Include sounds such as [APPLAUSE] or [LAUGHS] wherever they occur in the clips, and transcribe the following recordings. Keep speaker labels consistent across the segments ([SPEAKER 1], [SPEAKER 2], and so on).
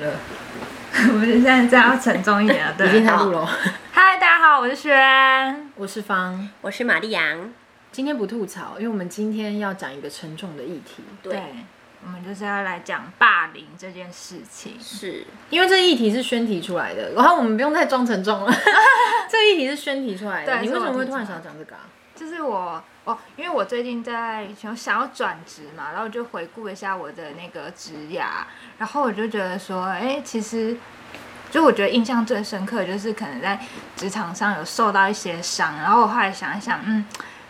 [SPEAKER 1] 了，
[SPEAKER 2] [LAUGHS] 我们现在这样沉重一点了，对
[SPEAKER 1] 已。经在录了。
[SPEAKER 2] 嗨，大家好，我是轩。
[SPEAKER 1] [LAUGHS] 我是方，
[SPEAKER 3] 我是玛丽杨，
[SPEAKER 1] 今天不吐槽，因为我们今天要讲一个沉重的议题。
[SPEAKER 3] 对，
[SPEAKER 2] 我们就是要来讲霸凌这件事情。
[SPEAKER 3] 是
[SPEAKER 1] 因为这议题是宣提出来的，然后我们不用再装沉重了。 [LAUGHS] 这议题是宣提出来的，
[SPEAKER 2] 对
[SPEAKER 1] 你为什么会
[SPEAKER 2] 是我提出来的
[SPEAKER 1] 突然想要讲这个啊？
[SPEAKER 2] 就是我哦，因为我最近在想想要转职嘛，然后我就回顾一下我的那个职涯，然后我就觉得说，哎，其实就我觉得印象最深刻的就是可能在职场上有受到一些伤，然后我后来想一想，嗯，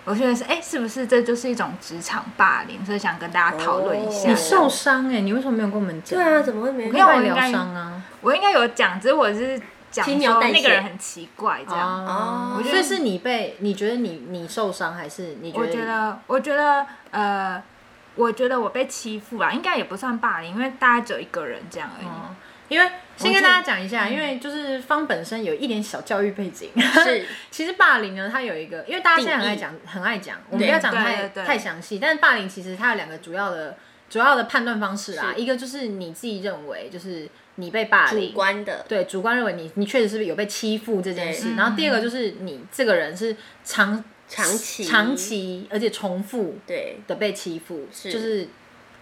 [SPEAKER 2] 我觉得是哎，是不是这就是一种职场霸凌？所以想跟大家讨论一下。
[SPEAKER 3] 哦
[SPEAKER 1] 你受伤哎，你为什么没有跟我们讲？
[SPEAKER 3] 对啊，，怎么会没
[SPEAKER 2] 没有
[SPEAKER 1] 快
[SPEAKER 2] 啊我应
[SPEAKER 1] 疗
[SPEAKER 2] 该
[SPEAKER 1] 伤啊。
[SPEAKER 2] 我应该有讲，只是我是讲
[SPEAKER 3] 轻描
[SPEAKER 2] 说
[SPEAKER 3] 淡
[SPEAKER 2] 那个
[SPEAKER 3] 写
[SPEAKER 2] 人很奇怪这样。
[SPEAKER 1] 哦
[SPEAKER 3] 我觉
[SPEAKER 1] 所
[SPEAKER 3] 得
[SPEAKER 1] 以是你被你觉得你你受伤，还是你觉
[SPEAKER 2] 我
[SPEAKER 1] 得？
[SPEAKER 2] 觉得，我觉得，呃，我觉得我被欺负啦，应该也不算霸凌，因为大家只有一个人这样而已。
[SPEAKER 1] 哦因为先跟大家讲一下，
[SPEAKER 2] 嗯
[SPEAKER 1] 因为就是方本身有一点小教育背景，
[SPEAKER 3] 是
[SPEAKER 1] 其实霸凌呢，它有一个，因为大家现在很爱讲，很爱讲，我们不要讲太
[SPEAKER 2] 对对对
[SPEAKER 1] 太详细。但是霸凌其实它有两个主要的主要的判断方式啊，
[SPEAKER 3] 是
[SPEAKER 1] 一个就是你自己认为就是你被霸
[SPEAKER 3] 主
[SPEAKER 1] 凌，
[SPEAKER 3] 观的，
[SPEAKER 1] 对，主观认为你你确实是有被欺负这件事。然后第二个就是你这个人是长
[SPEAKER 3] 长期
[SPEAKER 1] 长期而且重复
[SPEAKER 3] 对
[SPEAKER 1] 的被欺负，
[SPEAKER 3] 是
[SPEAKER 1] 就是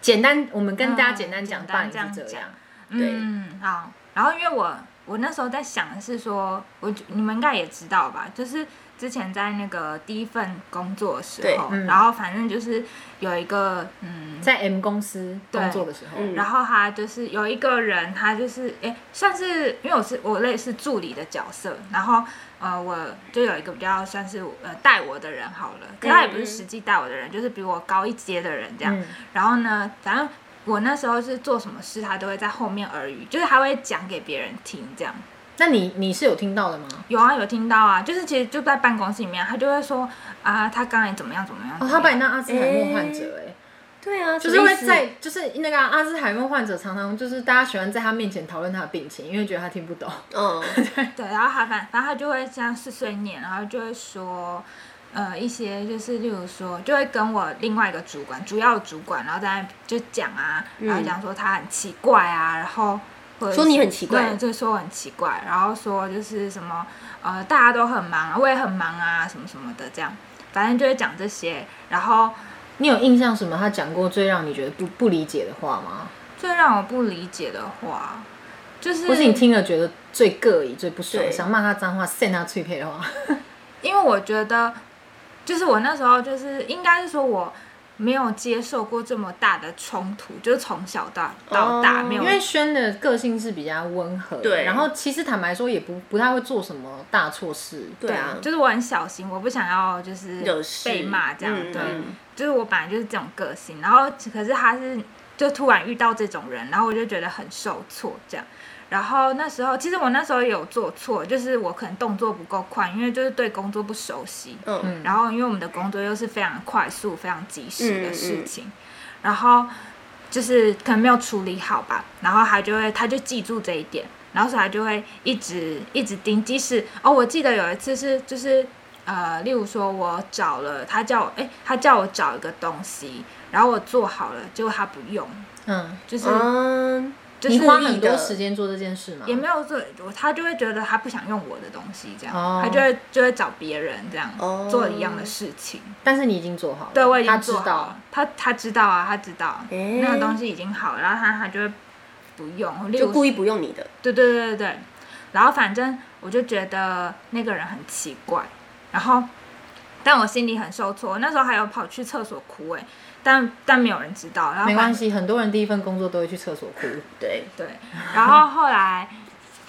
[SPEAKER 1] 简单，我们跟大家
[SPEAKER 2] 嗯
[SPEAKER 1] 简单讲
[SPEAKER 2] 简
[SPEAKER 1] 霸
[SPEAKER 2] 单
[SPEAKER 1] 凌是
[SPEAKER 2] 这样
[SPEAKER 1] 这样。
[SPEAKER 3] 对
[SPEAKER 2] 嗯，好。然后因为我我那时候在想的是说，我觉你们应该也知道吧，就是之前在那个第一份工作的时
[SPEAKER 3] 对
[SPEAKER 2] 候，
[SPEAKER 1] 嗯
[SPEAKER 2] 然后反正就是有一个嗯
[SPEAKER 1] 在 M 公司工作的时候，
[SPEAKER 3] 嗯
[SPEAKER 2] 然后他就是有一个人，他就是诶，算是因为我是我类似助理的角色，然后呃，我就有一个比较算是呃带我的人好了，可他也不是实际带我的人，就是比我高一阶的人这样。
[SPEAKER 1] 嗯
[SPEAKER 2] 然后呢，反正我那时候是做什么事，他都会在后面耳语，就是他会讲给别人听这样。
[SPEAKER 1] 那你你是有听到的吗？
[SPEAKER 2] 有啊，有听到啊，就是其实就在办公室里面，他就会说啊，他刚才怎么样怎么样。
[SPEAKER 1] 哦，
[SPEAKER 2] 怎么
[SPEAKER 1] 他把
[SPEAKER 2] 样
[SPEAKER 1] 你当阿兹海默患者哎、
[SPEAKER 3] 对啊，
[SPEAKER 1] 就是会
[SPEAKER 3] 什么意
[SPEAKER 1] 在就是那个啊阿兹海默患者常常就是大家喜欢在他面前讨论他的病情，因为觉得他听不懂。
[SPEAKER 3] 思嗯，
[SPEAKER 2] 对，然后他反反正他就会这样碎碎念，然后就会说，呃，一些就是例如说，就会跟我另外一个主管，主要的主管，然后在那就讲啊，然后
[SPEAKER 3] 嗯
[SPEAKER 2] 讲说他很奇怪啊，然后或者
[SPEAKER 3] 说
[SPEAKER 2] 是
[SPEAKER 3] 你很奇怪
[SPEAKER 2] 对，就说我很奇怪，然后说就是什么，呃，大家都很忙啊，我也很忙啊，什么什么的这样，反正就会讲这些，然后
[SPEAKER 1] [LAUGHS] 你有印象什么他讲过最让你觉得不不理解的话吗？
[SPEAKER 2] 最让我不理解的话，就是
[SPEAKER 1] 或是你听了觉得最膈应、最不爽，
[SPEAKER 3] 对
[SPEAKER 1] 想骂他脏话、扇他脆皮的话？
[SPEAKER 2] 因为我觉得，就是我那时候就是应该是说我没有接受过这么大的冲突，就是从小到到大、
[SPEAKER 3] 哦
[SPEAKER 2] 没有
[SPEAKER 1] 因为轩的个性是比较温和，
[SPEAKER 3] 对
[SPEAKER 1] 然后其实坦白说也不不太会做什么大错事，
[SPEAKER 3] 对啊，
[SPEAKER 2] 就是我很小心，我不想要就是
[SPEAKER 3] 有事
[SPEAKER 2] 被骂这样，
[SPEAKER 3] 嗯
[SPEAKER 2] 对，
[SPEAKER 3] 嗯
[SPEAKER 2] 就是我本来就是这种个性，然后可是他是就突然遇到这种人，然后我就觉得很受挫这样。然后那时候，其实我那时候也有做错，就是我可能动作不够快，因为就是对工作不熟悉，
[SPEAKER 3] 嗯，
[SPEAKER 2] 然后因为我们的工作又是非常快速、非常及时
[SPEAKER 1] 嗯
[SPEAKER 2] 的事情，然后就是可能没有处理好吧，然后他就会他就记住这一点，然后所以他就会一直一直盯，即使哦，我记得有一次是就是呃，例如说我找了他叫我哎，他叫我找一个东西，然后我做好了，结果他不用，
[SPEAKER 1] 嗯，
[SPEAKER 2] 就是、
[SPEAKER 3] 嗯，
[SPEAKER 2] 就是
[SPEAKER 1] 你花
[SPEAKER 3] 故意
[SPEAKER 1] 很多
[SPEAKER 3] 的
[SPEAKER 1] 时间做这件事吗？
[SPEAKER 2] 也没有做，他就会觉得他不想用我的东西，这样，
[SPEAKER 1] 哦
[SPEAKER 2] 他就会就会找别人这样、
[SPEAKER 3] 哦
[SPEAKER 2] 做一样的事情。
[SPEAKER 1] 但是你已经做好了，
[SPEAKER 2] 对，我已
[SPEAKER 1] 他
[SPEAKER 2] 经
[SPEAKER 1] 知
[SPEAKER 2] 做好
[SPEAKER 1] 道
[SPEAKER 2] 了，。他他知道啊，他知道、
[SPEAKER 3] 诶
[SPEAKER 2] 那个东西已经好了，然后他他就会不用，例如
[SPEAKER 3] 就故意不用你的，
[SPEAKER 2] 对对对对对。然后反正我就觉得那个人很奇怪，然后但我心里很受挫，那时候还有跑去厕所哭哎、但但没有人知道，然后
[SPEAKER 1] 没
[SPEAKER 2] 反
[SPEAKER 1] 关系，很多人第一份工作都会去厕所哭。
[SPEAKER 3] 对，
[SPEAKER 2] 对，然后后来。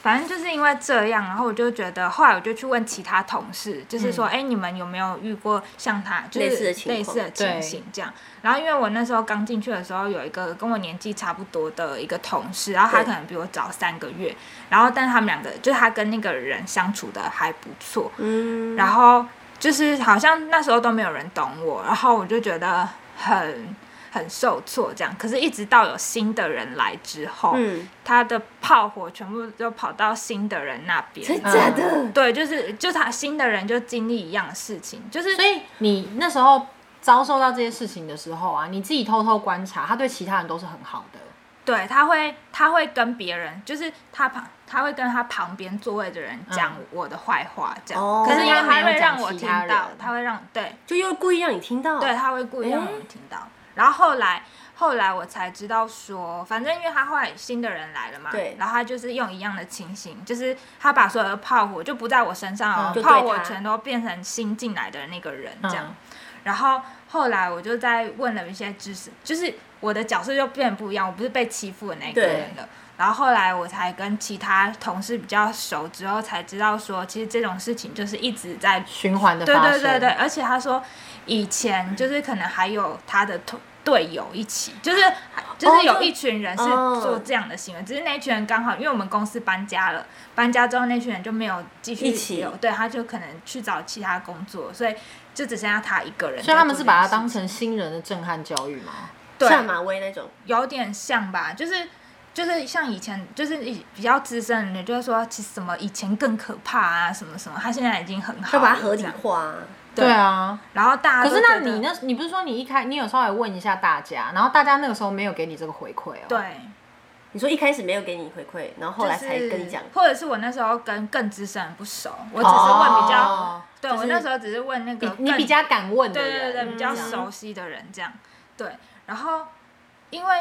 [SPEAKER 2] 反正就是因为这样，然后我就觉得，后来我就去问其他同事，就是说，哎、你们有没有遇过像他就是
[SPEAKER 3] 嗯类似的情况
[SPEAKER 2] 类似的情形这样？然后因为我那时候刚进去的时候，有一个跟我年纪差不多的一个同事，然后他
[SPEAKER 3] 对
[SPEAKER 2] 可能比我早三个月，然后但他们两个就是他跟那个人相处的还不错，
[SPEAKER 3] 嗯，
[SPEAKER 2] 然后就是好像那时候都没有人懂我，然后我就觉得很很受挫这样。可是，一直到有新的人来之后，
[SPEAKER 3] 嗯，
[SPEAKER 2] 他的炮火全部就跑到新的人那边
[SPEAKER 3] 真
[SPEAKER 2] 了。
[SPEAKER 3] 假的，
[SPEAKER 2] 对，就是就他新的人就经历一样的事情，就是
[SPEAKER 1] 所以你那时候遭受到这些事情的时候啊，你自己偷偷观察，他对其他人都是很好的。
[SPEAKER 2] 对，他会他会跟别人，就是他旁他会跟他旁边座位的人讲
[SPEAKER 1] 嗯
[SPEAKER 2] 我的坏话，这样。
[SPEAKER 3] 哦
[SPEAKER 2] 可是因为
[SPEAKER 1] 但是他没
[SPEAKER 2] 他
[SPEAKER 1] 有
[SPEAKER 2] 会
[SPEAKER 1] 讲
[SPEAKER 2] 让我
[SPEAKER 1] 其
[SPEAKER 2] 听
[SPEAKER 1] 他
[SPEAKER 2] 到
[SPEAKER 1] 人，
[SPEAKER 2] 他会让对
[SPEAKER 3] 就又故意让你听到，
[SPEAKER 2] 对，他会故意让我们
[SPEAKER 3] 诶
[SPEAKER 2] 听到。然后后来后来我才知道说，反正因为他后来新的人来了嘛，
[SPEAKER 3] 对
[SPEAKER 2] 然后他就是用一样的情形，就是他把所有的炮火就不在我身上
[SPEAKER 1] 嗯
[SPEAKER 2] 哦，
[SPEAKER 3] 就对
[SPEAKER 2] 炮火
[SPEAKER 3] 他
[SPEAKER 2] 全都变成新进来的那个人这样。
[SPEAKER 1] 嗯
[SPEAKER 2] 然后后来我就在问了一些知识，就是我的角色就变得不一样，我不是被欺负的那个
[SPEAKER 3] 对
[SPEAKER 2] 人了。然后后来我才跟其他同事比较熟之后，才知道说，其实这种事情就是一直在
[SPEAKER 1] 循环的
[SPEAKER 2] 对
[SPEAKER 1] 发
[SPEAKER 2] 对
[SPEAKER 1] 生。
[SPEAKER 2] 对对，而且他说以前就是可能还有他的同队友一起，就是
[SPEAKER 1] 哦
[SPEAKER 2] 就是有
[SPEAKER 3] 就
[SPEAKER 2] 一群人是
[SPEAKER 3] 哦
[SPEAKER 2] 做这样的行为，
[SPEAKER 1] 嗯
[SPEAKER 2] 只是那群人刚好因为我们公司搬家了，搬家之后那群人就没有继续
[SPEAKER 3] 一起
[SPEAKER 2] 留，对，他就可能去找其他工作，所以就只剩下他一个人在做这件事。
[SPEAKER 1] 所以他们是把它当成新人的震撼教育吗？
[SPEAKER 2] 对
[SPEAKER 3] 下马威那种，
[SPEAKER 2] 有点像吧，就是。就是像以前，就是以比较资深的人，就是说，其实什么以前更可怕啊，什么什么，他现在已经很好
[SPEAKER 3] 要
[SPEAKER 2] 了，
[SPEAKER 3] 把它合理
[SPEAKER 2] 这样
[SPEAKER 3] 化啊。
[SPEAKER 2] 对
[SPEAKER 1] 对啊，
[SPEAKER 2] 然后大家
[SPEAKER 1] 可
[SPEAKER 2] 都
[SPEAKER 1] 是那
[SPEAKER 2] 觉得
[SPEAKER 1] 你那，你不是说你一开你有稍微问一下大家，然后大家那个时候没有给你这个回馈哦？
[SPEAKER 2] 对，
[SPEAKER 3] 你说一开始没有给你回馈，然后后来才跟你讲
[SPEAKER 2] 就，是或者是我那时候跟更资深人不熟，我只是问比较，
[SPEAKER 1] 哦
[SPEAKER 2] 对
[SPEAKER 3] 就是
[SPEAKER 2] 我那时候只是问那个
[SPEAKER 1] 比
[SPEAKER 2] 更
[SPEAKER 1] 你比较敢问的
[SPEAKER 2] 对对
[SPEAKER 1] 人，
[SPEAKER 2] 对比较
[SPEAKER 3] 嗯
[SPEAKER 2] 熟悉的人这样，对，然后因为。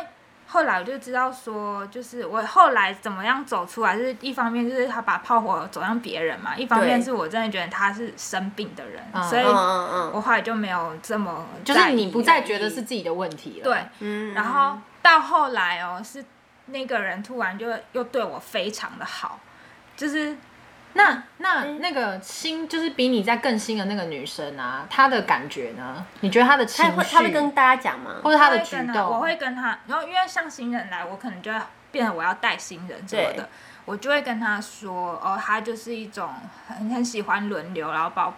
[SPEAKER 2] 后来我就知道说，就是我后来怎么样走出来，就是一方面就是他把炮火走向别人嘛，一方面
[SPEAKER 3] 对
[SPEAKER 2] 是我真的觉得他是生病的人，
[SPEAKER 1] 嗯
[SPEAKER 2] 所以
[SPEAKER 3] 嗯嗯嗯
[SPEAKER 2] 我后来就没有这么
[SPEAKER 1] 就是
[SPEAKER 2] 在
[SPEAKER 1] 你
[SPEAKER 2] 意
[SPEAKER 1] 不再觉得是自己的问题了。
[SPEAKER 2] 对，
[SPEAKER 3] 嗯，
[SPEAKER 2] 然后到后来哦，是那个人突然就又对我非常的好，就是
[SPEAKER 1] 那那
[SPEAKER 3] 嗯
[SPEAKER 1] 那个新就是比你在更新的那个女生啊，她的感觉呢？你觉得她的情
[SPEAKER 3] 他
[SPEAKER 1] 绪，
[SPEAKER 3] 会他会跟大家讲吗
[SPEAKER 1] 或？者她的
[SPEAKER 2] 我会
[SPEAKER 1] 举
[SPEAKER 2] 跟他
[SPEAKER 1] 动，
[SPEAKER 2] 我会跟他，然后因为像新人来，我可能就会变得我要带新人什么
[SPEAKER 3] 对
[SPEAKER 2] 的，我就会跟他说，哦，他就是一种很很喜欢轮流，然后把我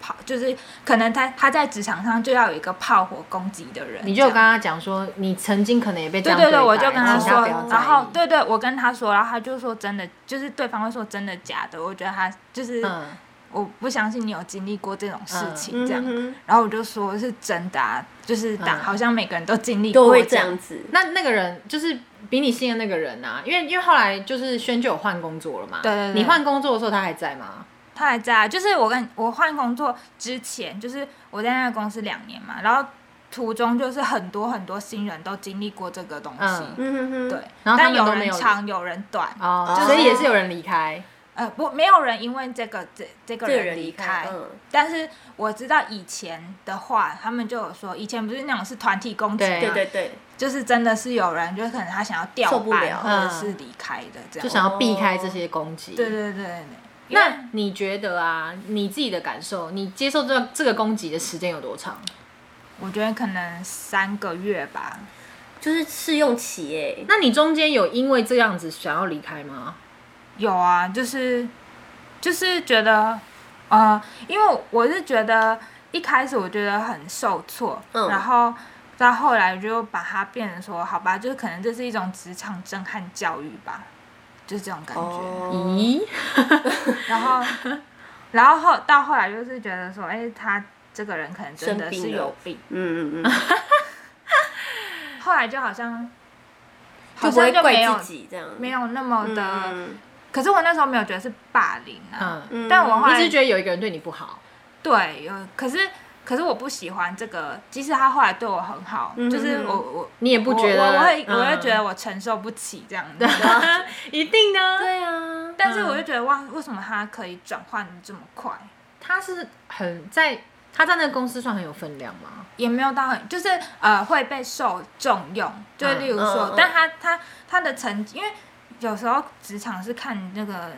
[SPEAKER 2] 跑，就是可能他他在职场上就要有一个炮火攻击的人，
[SPEAKER 1] 你就有
[SPEAKER 2] 这样
[SPEAKER 1] 跟她讲说，你曾经可能也被这
[SPEAKER 2] 对
[SPEAKER 1] 样
[SPEAKER 2] 对
[SPEAKER 1] 待
[SPEAKER 2] 对，我就跟他
[SPEAKER 1] 请
[SPEAKER 2] 说
[SPEAKER 1] 她不要在，意
[SPEAKER 2] 然后对对，我跟他说，然后他就说真的，就是对方会说真的假的，我觉得他就是、
[SPEAKER 1] 嗯，
[SPEAKER 2] 我不相信你有经历过这种事情
[SPEAKER 3] 嗯
[SPEAKER 2] 这样，
[SPEAKER 3] 哼
[SPEAKER 2] 然后我就说是真的啊，就是大、
[SPEAKER 1] 嗯
[SPEAKER 2] 好像每个人都经历
[SPEAKER 3] 都
[SPEAKER 2] 过
[SPEAKER 3] 会这样子，
[SPEAKER 1] 那那个人就是比你信的那个人啊，因为因为后来就是轩就有换工作了嘛。
[SPEAKER 2] 对对对
[SPEAKER 1] 你换工作的时候他还在吗？
[SPEAKER 2] 他还在啊，就是我跟我换工作之前，就是我在那个公司两年嘛，然后途中就是很多很多新人都经历过这个东西，
[SPEAKER 1] 嗯
[SPEAKER 3] 嗯哼哼，
[SPEAKER 2] 对，
[SPEAKER 1] 然后他
[SPEAKER 2] 但
[SPEAKER 1] 们都
[SPEAKER 2] 有
[SPEAKER 1] 没
[SPEAKER 2] 人
[SPEAKER 1] 有
[SPEAKER 2] 长有人短，
[SPEAKER 1] 哦，
[SPEAKER 3] 就是
[SPEAKER 1] 所以也是有人离开。
[SPEAKER 2] 呃，不，没有人因为这个这这个
[SPEAKER 3] 这个
[SPEAKER 2] 人
[SPEAKER 3] 人
[SPEAKER 2] 离
[SPEAKER 3] 离
[SPEAKER 2] 开，
[SPEAKER 3] 开，嗯，
[SPEAKER 2] 但是我知道以前的话，他们就有说，以前不是那种是团体攻击嘛，
[SPEAKER 1] 对
[SPEAKER 3] 对对对，
[SPEAKER 2] 就是真的是有人，就是可能他想要调
[SPEAKER 3] 受不
[SPEAKER 2] 班
[SPEAKER 3] 了
[SPEAKER 2] 或者是离开的这样。
[SPEAKER 1] 嗯就想要避开这些攻击。
[SPEAKER 2] 哦对对对对对。因为
[SPEAKER 1] 那你觉得啊，你自己的感受，你接受这这个攻击的时间有多长？
[SPEAKER 2] 我觉得可能三个月吧，
[SPEAKER 3] 就是试用期耶，
[SPEAKER 1] 那你中间有因为这样子想要离开吗？
[SPEAKER 2] 有啊，就是就是觉得，呃，因为我是觉得一开始我觉得很受挫，
[SPEAKER 3] 嗯
[SPEAKER 2] 然后到后来就把它变成说，好吧，就是可能这是一种职场震撼教育吧，就是这种感觉。嗯
[SPEAKER 3] 哦，
[SPEAKER 1] 咦，
[SPEAKER 2] 然后，然后后到后来就是觉得说，哎、他这个人可能真的
[SPEAKER 3] 生病
[SPEAKER 2] 是
[SPEAKER 3] 了
[SPEAKER 2] 有病。
[SPEAKER 3] 嗯嗯嗯，
[SPEAKER 2] 后来就好像，好
[SPEAKER 3] 就不会
[SPEAKER 2] 像就没有
[SPEAKER 3] 怪自己这样，
[SPEAKER 2] 没有那么的、
[SPEAKER 3] 嗯，
[SPEAKER 2] 可是我那时候没有觉得是霸凌啊，
[SPEAKER 1] 嗯，
[SPEAKER 3] 嗯，
[SPEAKER 2] 但我后
[SPEAKER 1] 你
[SPEAKER 2] 来
[SPEAKER 1] 只是觉得有一个人对你不好，
[SPEAKER 2] 对有，可是可是我不喜欢这个，即使他后来对我很好，
[SPEAKER 3] 嗯
[SPEAKER 2] 就是
[SPEAKER 3] 嗯嗯
[SPEAKER 2] 我我。
[SPEAKER 1] 你也不觉得？
[SPEAKER 2] 我我会
[SPEAKER 1] 嗯
[SPEAKER 2] 我会觉得我承受不起这样
[SPEAKER 1] [LAUGHS]
[SPEAKER 2] 子， [LAUGHS]
[SPEAKER 1] 一定呢。
[SPEAKER 3] 对啊，
[SPEAKER 2] 但
[SPEAKER 1] 嗯
[SPEAKER 2] 是我就觉得哇，为什么他可以转换得这么快？
[SPEAKER 1] 他是很在他在那个公司算很有分量吗？
[SPEAKER 2] 也没有到很，就是呃会被受重用，就
[SPEAKER 1] 嗯
[SPEAKER 2] 例如说，
[SPEAKER 3] 嗯嗯
[SPEAKER 2] 但他他他的成绩，因为有时候职场是看那个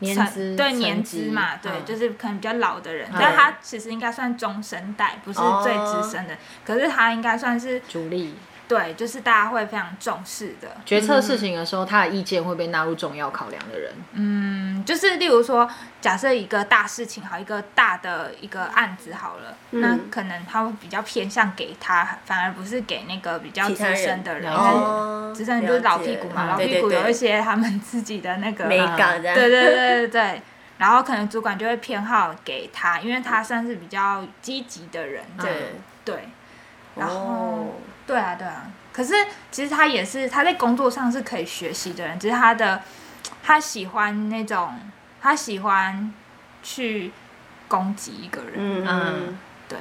[SPEAKER 1] 年
[SPEAKER 2] 成
[SPEAKER 1] 资
[SPEAKER 2] 对
[SPEAKER 1] 成
[SPEAKER 2] 年
[SPEAKER 1] 绩
[SPEAKER 2] 资嘛，对，
[SPEAKER 1] 嗯
[SPEAKER 2] 就是可能比较老的人，
[SPEAKER 1] 嗯
[SPEAKER 2] 但他其实应该算中生代，不是
[SPEAKER 3] 哦
[SPEAKER 2] 最资深的，可是他应该算是
[SPEAKER 1] 主力
[SPEAKER 2] 对，就是大家会非常重视的，
[SPEAKER 1] 决策事情的时候，他的意见会被纳入重要考量的人。
[SPEAKER 2] 嗯，就是例如说，假设一个大事情好，一个大的一个案子好了，那
[SPEAKER 3] 嗯
[SPEAKER 2] 可能他会比较偏向给他，反而不是给那个比较
[SPEAKER 3] 其
[SPEAKER 2] 资
[SPEAKER 3] 他人
[SPEAKER 2] 深的人，
[SPEAKER 1] 了
[SPEAKER 2] 因为
[SPEAKER 1] 解
[SPEAKER 3] 哦，
[SPEAKER 2] 资深人就是老屁股嘛，
[SPEAKER 1] 嗯
[SPEAKER 2] 老屁股
[SPEAKER 3] 对对对
[SPEAKER 2] 有一些他们自己的那个，
[SPEAKER 3] 没
[SPEAKER 2] 对
[SPEAKER 3] 搞的，
[SPEAKER 2] 对对对对。然后可能主管就会偏好给他，因为他算是比较积极的人，这样
[SPEAKER 3] 对，
[SPEAKER 2] 对。然后、
[SPEAKER 3] 哦
[SPEAKER 2] 对啊对啊，可是其实他也是他在工作上是可以学习的人，只是他的他喜欢那种他喜欢去攻击一个人，
[SPEAKER 3] 嗯嗯
[SPEAKER 1] 嗯，
[SPEAKER 2] 对，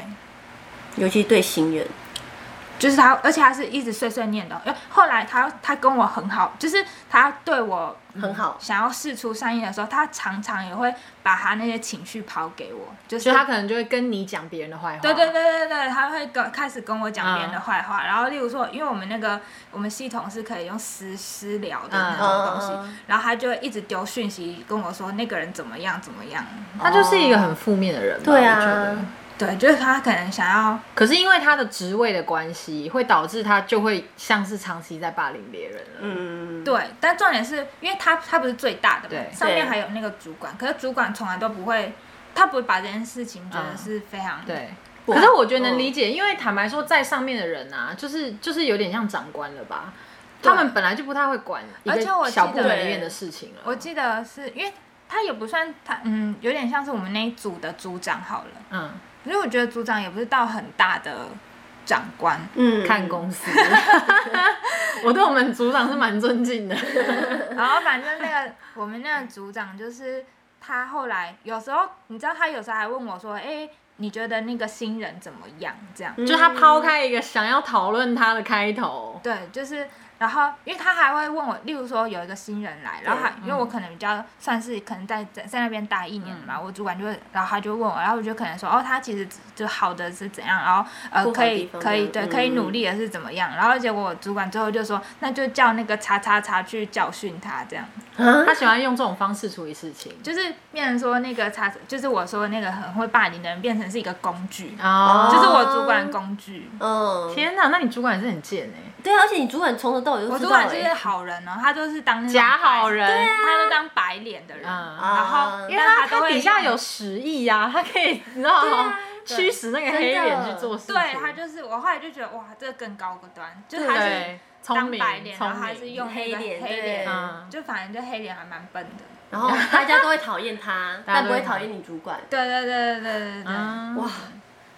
[SPEAKER 3] 尤其对新人，
[SPEAKER 2] 就是他，而且他是一直碎碎念的。因为后来他他跟我很好，就是他对我、嗯
[SPEAKER 3] 很好
[SPEAKER 2] 想要试出善意的时候，他常常也会把他那些情绪抛给我，就是
[SPEAKER 1] 所以他可能就会跟你讲别人的坏话。哦
[SPEAKER 2] 对对对对对，他会跟开始跟我讲别人的坏话，然后例如说，因为我们那个我们系统是可以用私私聊的那种东西，
[SPEAKER 3] 嗯嗯嗯
[SPEAKER 2] 然后他就会一直丢讯息跟我说那个人怎么样怎么样，
[SPEAKER 1] 他就是一个很负面的人吧。
[SPEAKER 3] 对
[SPEAKER 1] 我觉得
[SPEAKER 3] 啊，
[SPEAKER 2] 对，就是他可能想要
[SPEAKER 1] 可是因为他的职位的关系，会导致他就会像是长期在霸凌别人了。
[SPEAKER 3] 嗯，
[SPEAKER 2] 对，但重点是因为他他不是最大的嘛，
[SPEAKER 1] 对
[SPEAKER 2] 上面
[SPEAKER 3] 对
[SPEAKER 2] 还有那个主管，可是主管从来都不会，他不会把这件事情觉得
[SPEAKER 1] 嗯
[SPEAKER 2] 是非常、
[SPEAKER 1] 对。
[SPEAKER 3] 不
[SPEAKER 1] 可
[SPEAKER 3] 好
[SPEAKER 1] 是我觉
[SPEAKER 2] 嗯
[SPEAKER 1] 得能理解，因为坦白说，在上面的人啊，就是就是有点像长官了吧？
[SPEAKER 2] 对
[SPEAKER 1] 他们本来就不太会管一
[SPEAKER 2] 而且我
[SPEAKER 1] 个
[SPEAKER 2] 记
[SPEAKER 1] 小部
[SPEAKER 2] 得
[SPEAKER 1] 门里面的事情了。
[SPEAKER 2] 我记得是因为他也不算他嗯，有点像是我们那一组的组长好了，
[SPEAKER 1] 嗯，
[SPEAKER 2] 可是我觉得组长也不是到很大的长官，
[SPEAKER 3] 嗯
[SPEAKER 1] 看公
[SPEAKER 2] [LAUGHS]
[SPEAKER 1] 司， [LAUGHS] 我对我们组长是蛮尊敬
[SPEAKER 2] [LAUGHS]
[SPEAKER 1] 的。
[SPEAKER 2] 然后反正那个我们那个组长就是他后来有时候你知道他有时候还问我说，哎、你觉得那个新人怎么样？这样，
[SPEAKER 1] 就他抛开一个想要讨论他的开头，
[SPEAKER 2] 对，就是，然后因为他还会问我，例如说有一个新人来，然后还因
[SPEAKER 3] 嗯
[SPEAKER 2] 为我可能比较算是可能在在在那边待一年嘛，我主管就会，然后他就问我，然后我就可能说，哦，他其实就好的是怎样，然后呃
[SPEAKER 3] 不好
[SPEAKER 2] 可
[SPEAKER 3] 的
[SPEAKER 2] 以
[SPEAKER 3] 地方
[SPEAKER 2] 可以
[SPEAKER 3] 这
[SPEAKER 2] 对
[SPEAKER 3] 样
[SPEAKER 2] 可以
[SPEAKER 3] 嗯
[SPEAKER 2] 努力的是怎么样，然后结果我主管最后就说，那就叫那个叉叉叉去教训他这样，
[SPEAKER 3] 啊
[SPEAKER 1] 他喜欢用这种方式处理事情。
[SPEAKER 2] 就是变成说那个叉，就是我说那个很会霸凌的人变成是一个工具，
[SPEAKER 1] 哦，
[SPEAKER 2] 就是我主管的工具。
[SPEAKER 3] 嗯，
[SPEAKER 1] 天哪，那你主管也是很贱哎、
[SPEAKER 3] 对啊，而且你主管从头到尾都
[SPEAKER 2] 我
[SPEAKER 3] 知
[SPEAKER 2] 主
[SPEAKER 3] 道
[SPEAKER 2] 管就是
[SPEAKER 3] 欸
[SPEAKER 2] 好人哦，他就是当那种
[SPEAKER 1] 假
[SPEAKER 2] 白
[SPEAKER 1] 好人对啊
[SPEAKER 2] 他就当白脸的人，
[SPEAKER 1] 嗯
[SPEAKER 2] 然后
[SPEAKER 3] 啊
[SPEAKER 1] 因为他
[SPEAKER 2] 但哦都
[SPEAKER 1] 他
[SPEAKER 2] 会
[SPEAKER 1] 底
[SPEAKER 2] 用
[SPEAKER 1] 下
[SPEAKER 2] 啊
[SPEAKER 1] 有十亿呀，他可以你知道吗？驱使那个黑脸去做事情，
[SPEAKER 2] 对，他就是我后来就觉得哇，这个更高端，就是他是
[SPEAKER 1] 对聪
[SPEAKER 2] 当
[SPEAKER 1] 明
[SPEAKER 2] 白脸，然
[SPEAKER 1] 聪
[SPEAKER 2] 后他是
[SPEAKER 1] 明，
[SPEAKER 2] 用那个
[SPEAKER 3] 黑脸
[SPEAKER 2] 黑
[SPEAKER 3] 对
[SPEAKER 2] 脸，
[SPEAKER 1] 嗯
[SPEAKER 2] 就反正就黑脸还蛮笨的，
[SPEAKER 3] 然后大家都会讨厌
[SPEAKER 2] [LAUGHS]
[SPEAKER 3] 他，
[SPEAKER 1] 大家
[SPEAKER 3] 但
[SPEAKER 1] 都
[SPEAKER 3] 不
[SPEAKER 1] 会
[SPEAKER 3] 会讨厌你主管。
[SPEAKER 2] 对对对对对对对，
[SPEAKER 1] 啊，
[SPEAKER 3] 哇，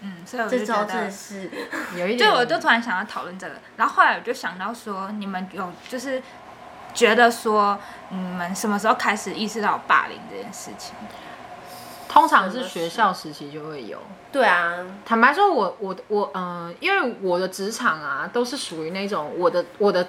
[SPEAKER 2] 嗯，所以我
[SPEAKER 3] 这
[SPEAKER 2] 就觉
[SPEAKER 3] 招真的
[SPEAKER 2] 得。
[SPEAKER 3] 是，
[SPEAKER 1] 有一点，
[SPEAKER 2] 对，我就突然想要讨论这个，然后后来我就想到说，你们有就是觉得说，你们什么时候开始意识到霸凌这件事情？
[SPEAKER 1] 通常是学校时期就会有。
[SPEAKER 3] 对啊，
[SPEAKER 1] 坦白说我，我我嗯、呃因为我的职场啊，都是属于那种我的我的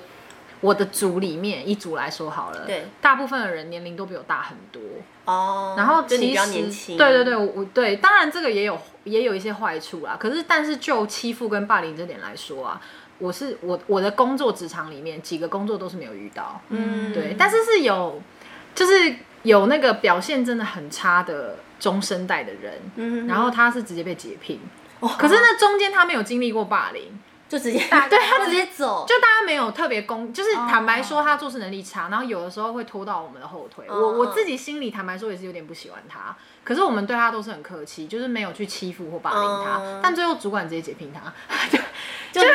[SPEAKER 1] 我的组里面一组来说好了，
[SPEAKER 3] 对，
[SPEAKER 1] 大部分的人年龄都比我大很多，
[SPEAKER 3] 哦，
[SPEAKER 1] 然后
[SPEAKER 3] 就
[SPEAKER 1] 其
[SPEAKER 3] 你
[SPEAKER 1] 实
[SPEAKER 3] 比较年轻，
[SPEAKER 1] 对对对，，我我对，当然这个也有也有一些坏处啦。可是，但是就欺负跟霸凌这点来说啊，我是我我的工作职场里面几个工作都是没有遇到，
[SPEAKER 3] 嗯，
[SPEAKER 1] 对，但是是有就是有那个表现真的很差的中生代的人，
[SPEAKER 3] 嗯
[SPEAKER 1] 然后他是直接被解聘。
[SPEAKER 3] 哦
[SPEAKER 1] 可是那中间他没有经历过霸凌，
[SPEAKER 3] 就直接
[SPEAKER 2] 大
[SPEAKER 3] 对
[SPEAKER 1] 他
[SPEAKER 3] 直接走，
[SPEAKER 1] 就大家没有特别公，就是
[SPEAKER 2] 哦
[SPEAKER 1] 坦白说他做事能力差，然后有的时候会拖到我们的后腿。
[SPEAKER 3] 嗯
[SPEAKER 1] 我我自己心里坦白说也是有点不喜欢他，可是我们对他都是很客气，就是没有去欺负或霸凌
[SPEAKER 3] 嗯
[SPEAKER 1] 他。但最后主管直接解聘他， [LAUGHS]
[SPEAKER 3] 就是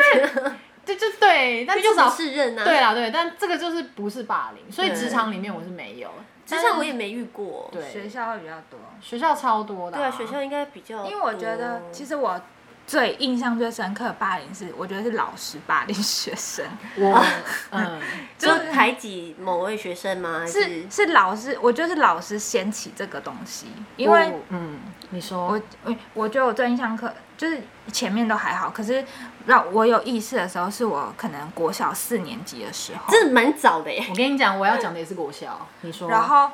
[SPEAKER 1] 对就对，但
[SPEAKER 3] 就
[SPEAKER 1] 至少
[SPEAKER 3] 不是任啊，
[SPEAKER 1] 对啦对，但这个就是不是霸凌，所以
[SPEAKER 3] 对
[SPEAKER 1] 职场里面我是没有，
[SPEAKER 3] 职场我也没遇过，
[SPEAKER 1] 对
[SPEAKER 2] 学校会比较多，
[SPEAKER 1] 学校超多的、
[SPEAKER 3] 对啊，学校应该比较多，
[SPEAKER 2] 因为我觉得其实我最印象最深刻的霸凌是，我觉得是老师霸凌学生，
[SPEAKER 1] 我嗯，
[SPEAKER 3] 就排挤某位学生吗？还
[SPEAKER 2] 是是老师，我觉得是老师掀起这个东西，因为
[SPEAKER 1] 我嗯，你说
[SPEAKER 2] 我我我觉得我最印象刻就是前面都还好，可是让我有意识的时候是我可能国小四年级的时候，
[SPEAKER 3] 这蛮早的耶，
[SPEAKER 1] 我跟你讲，我要讲的也是国小，你说，
[SPEAKER 2] 然后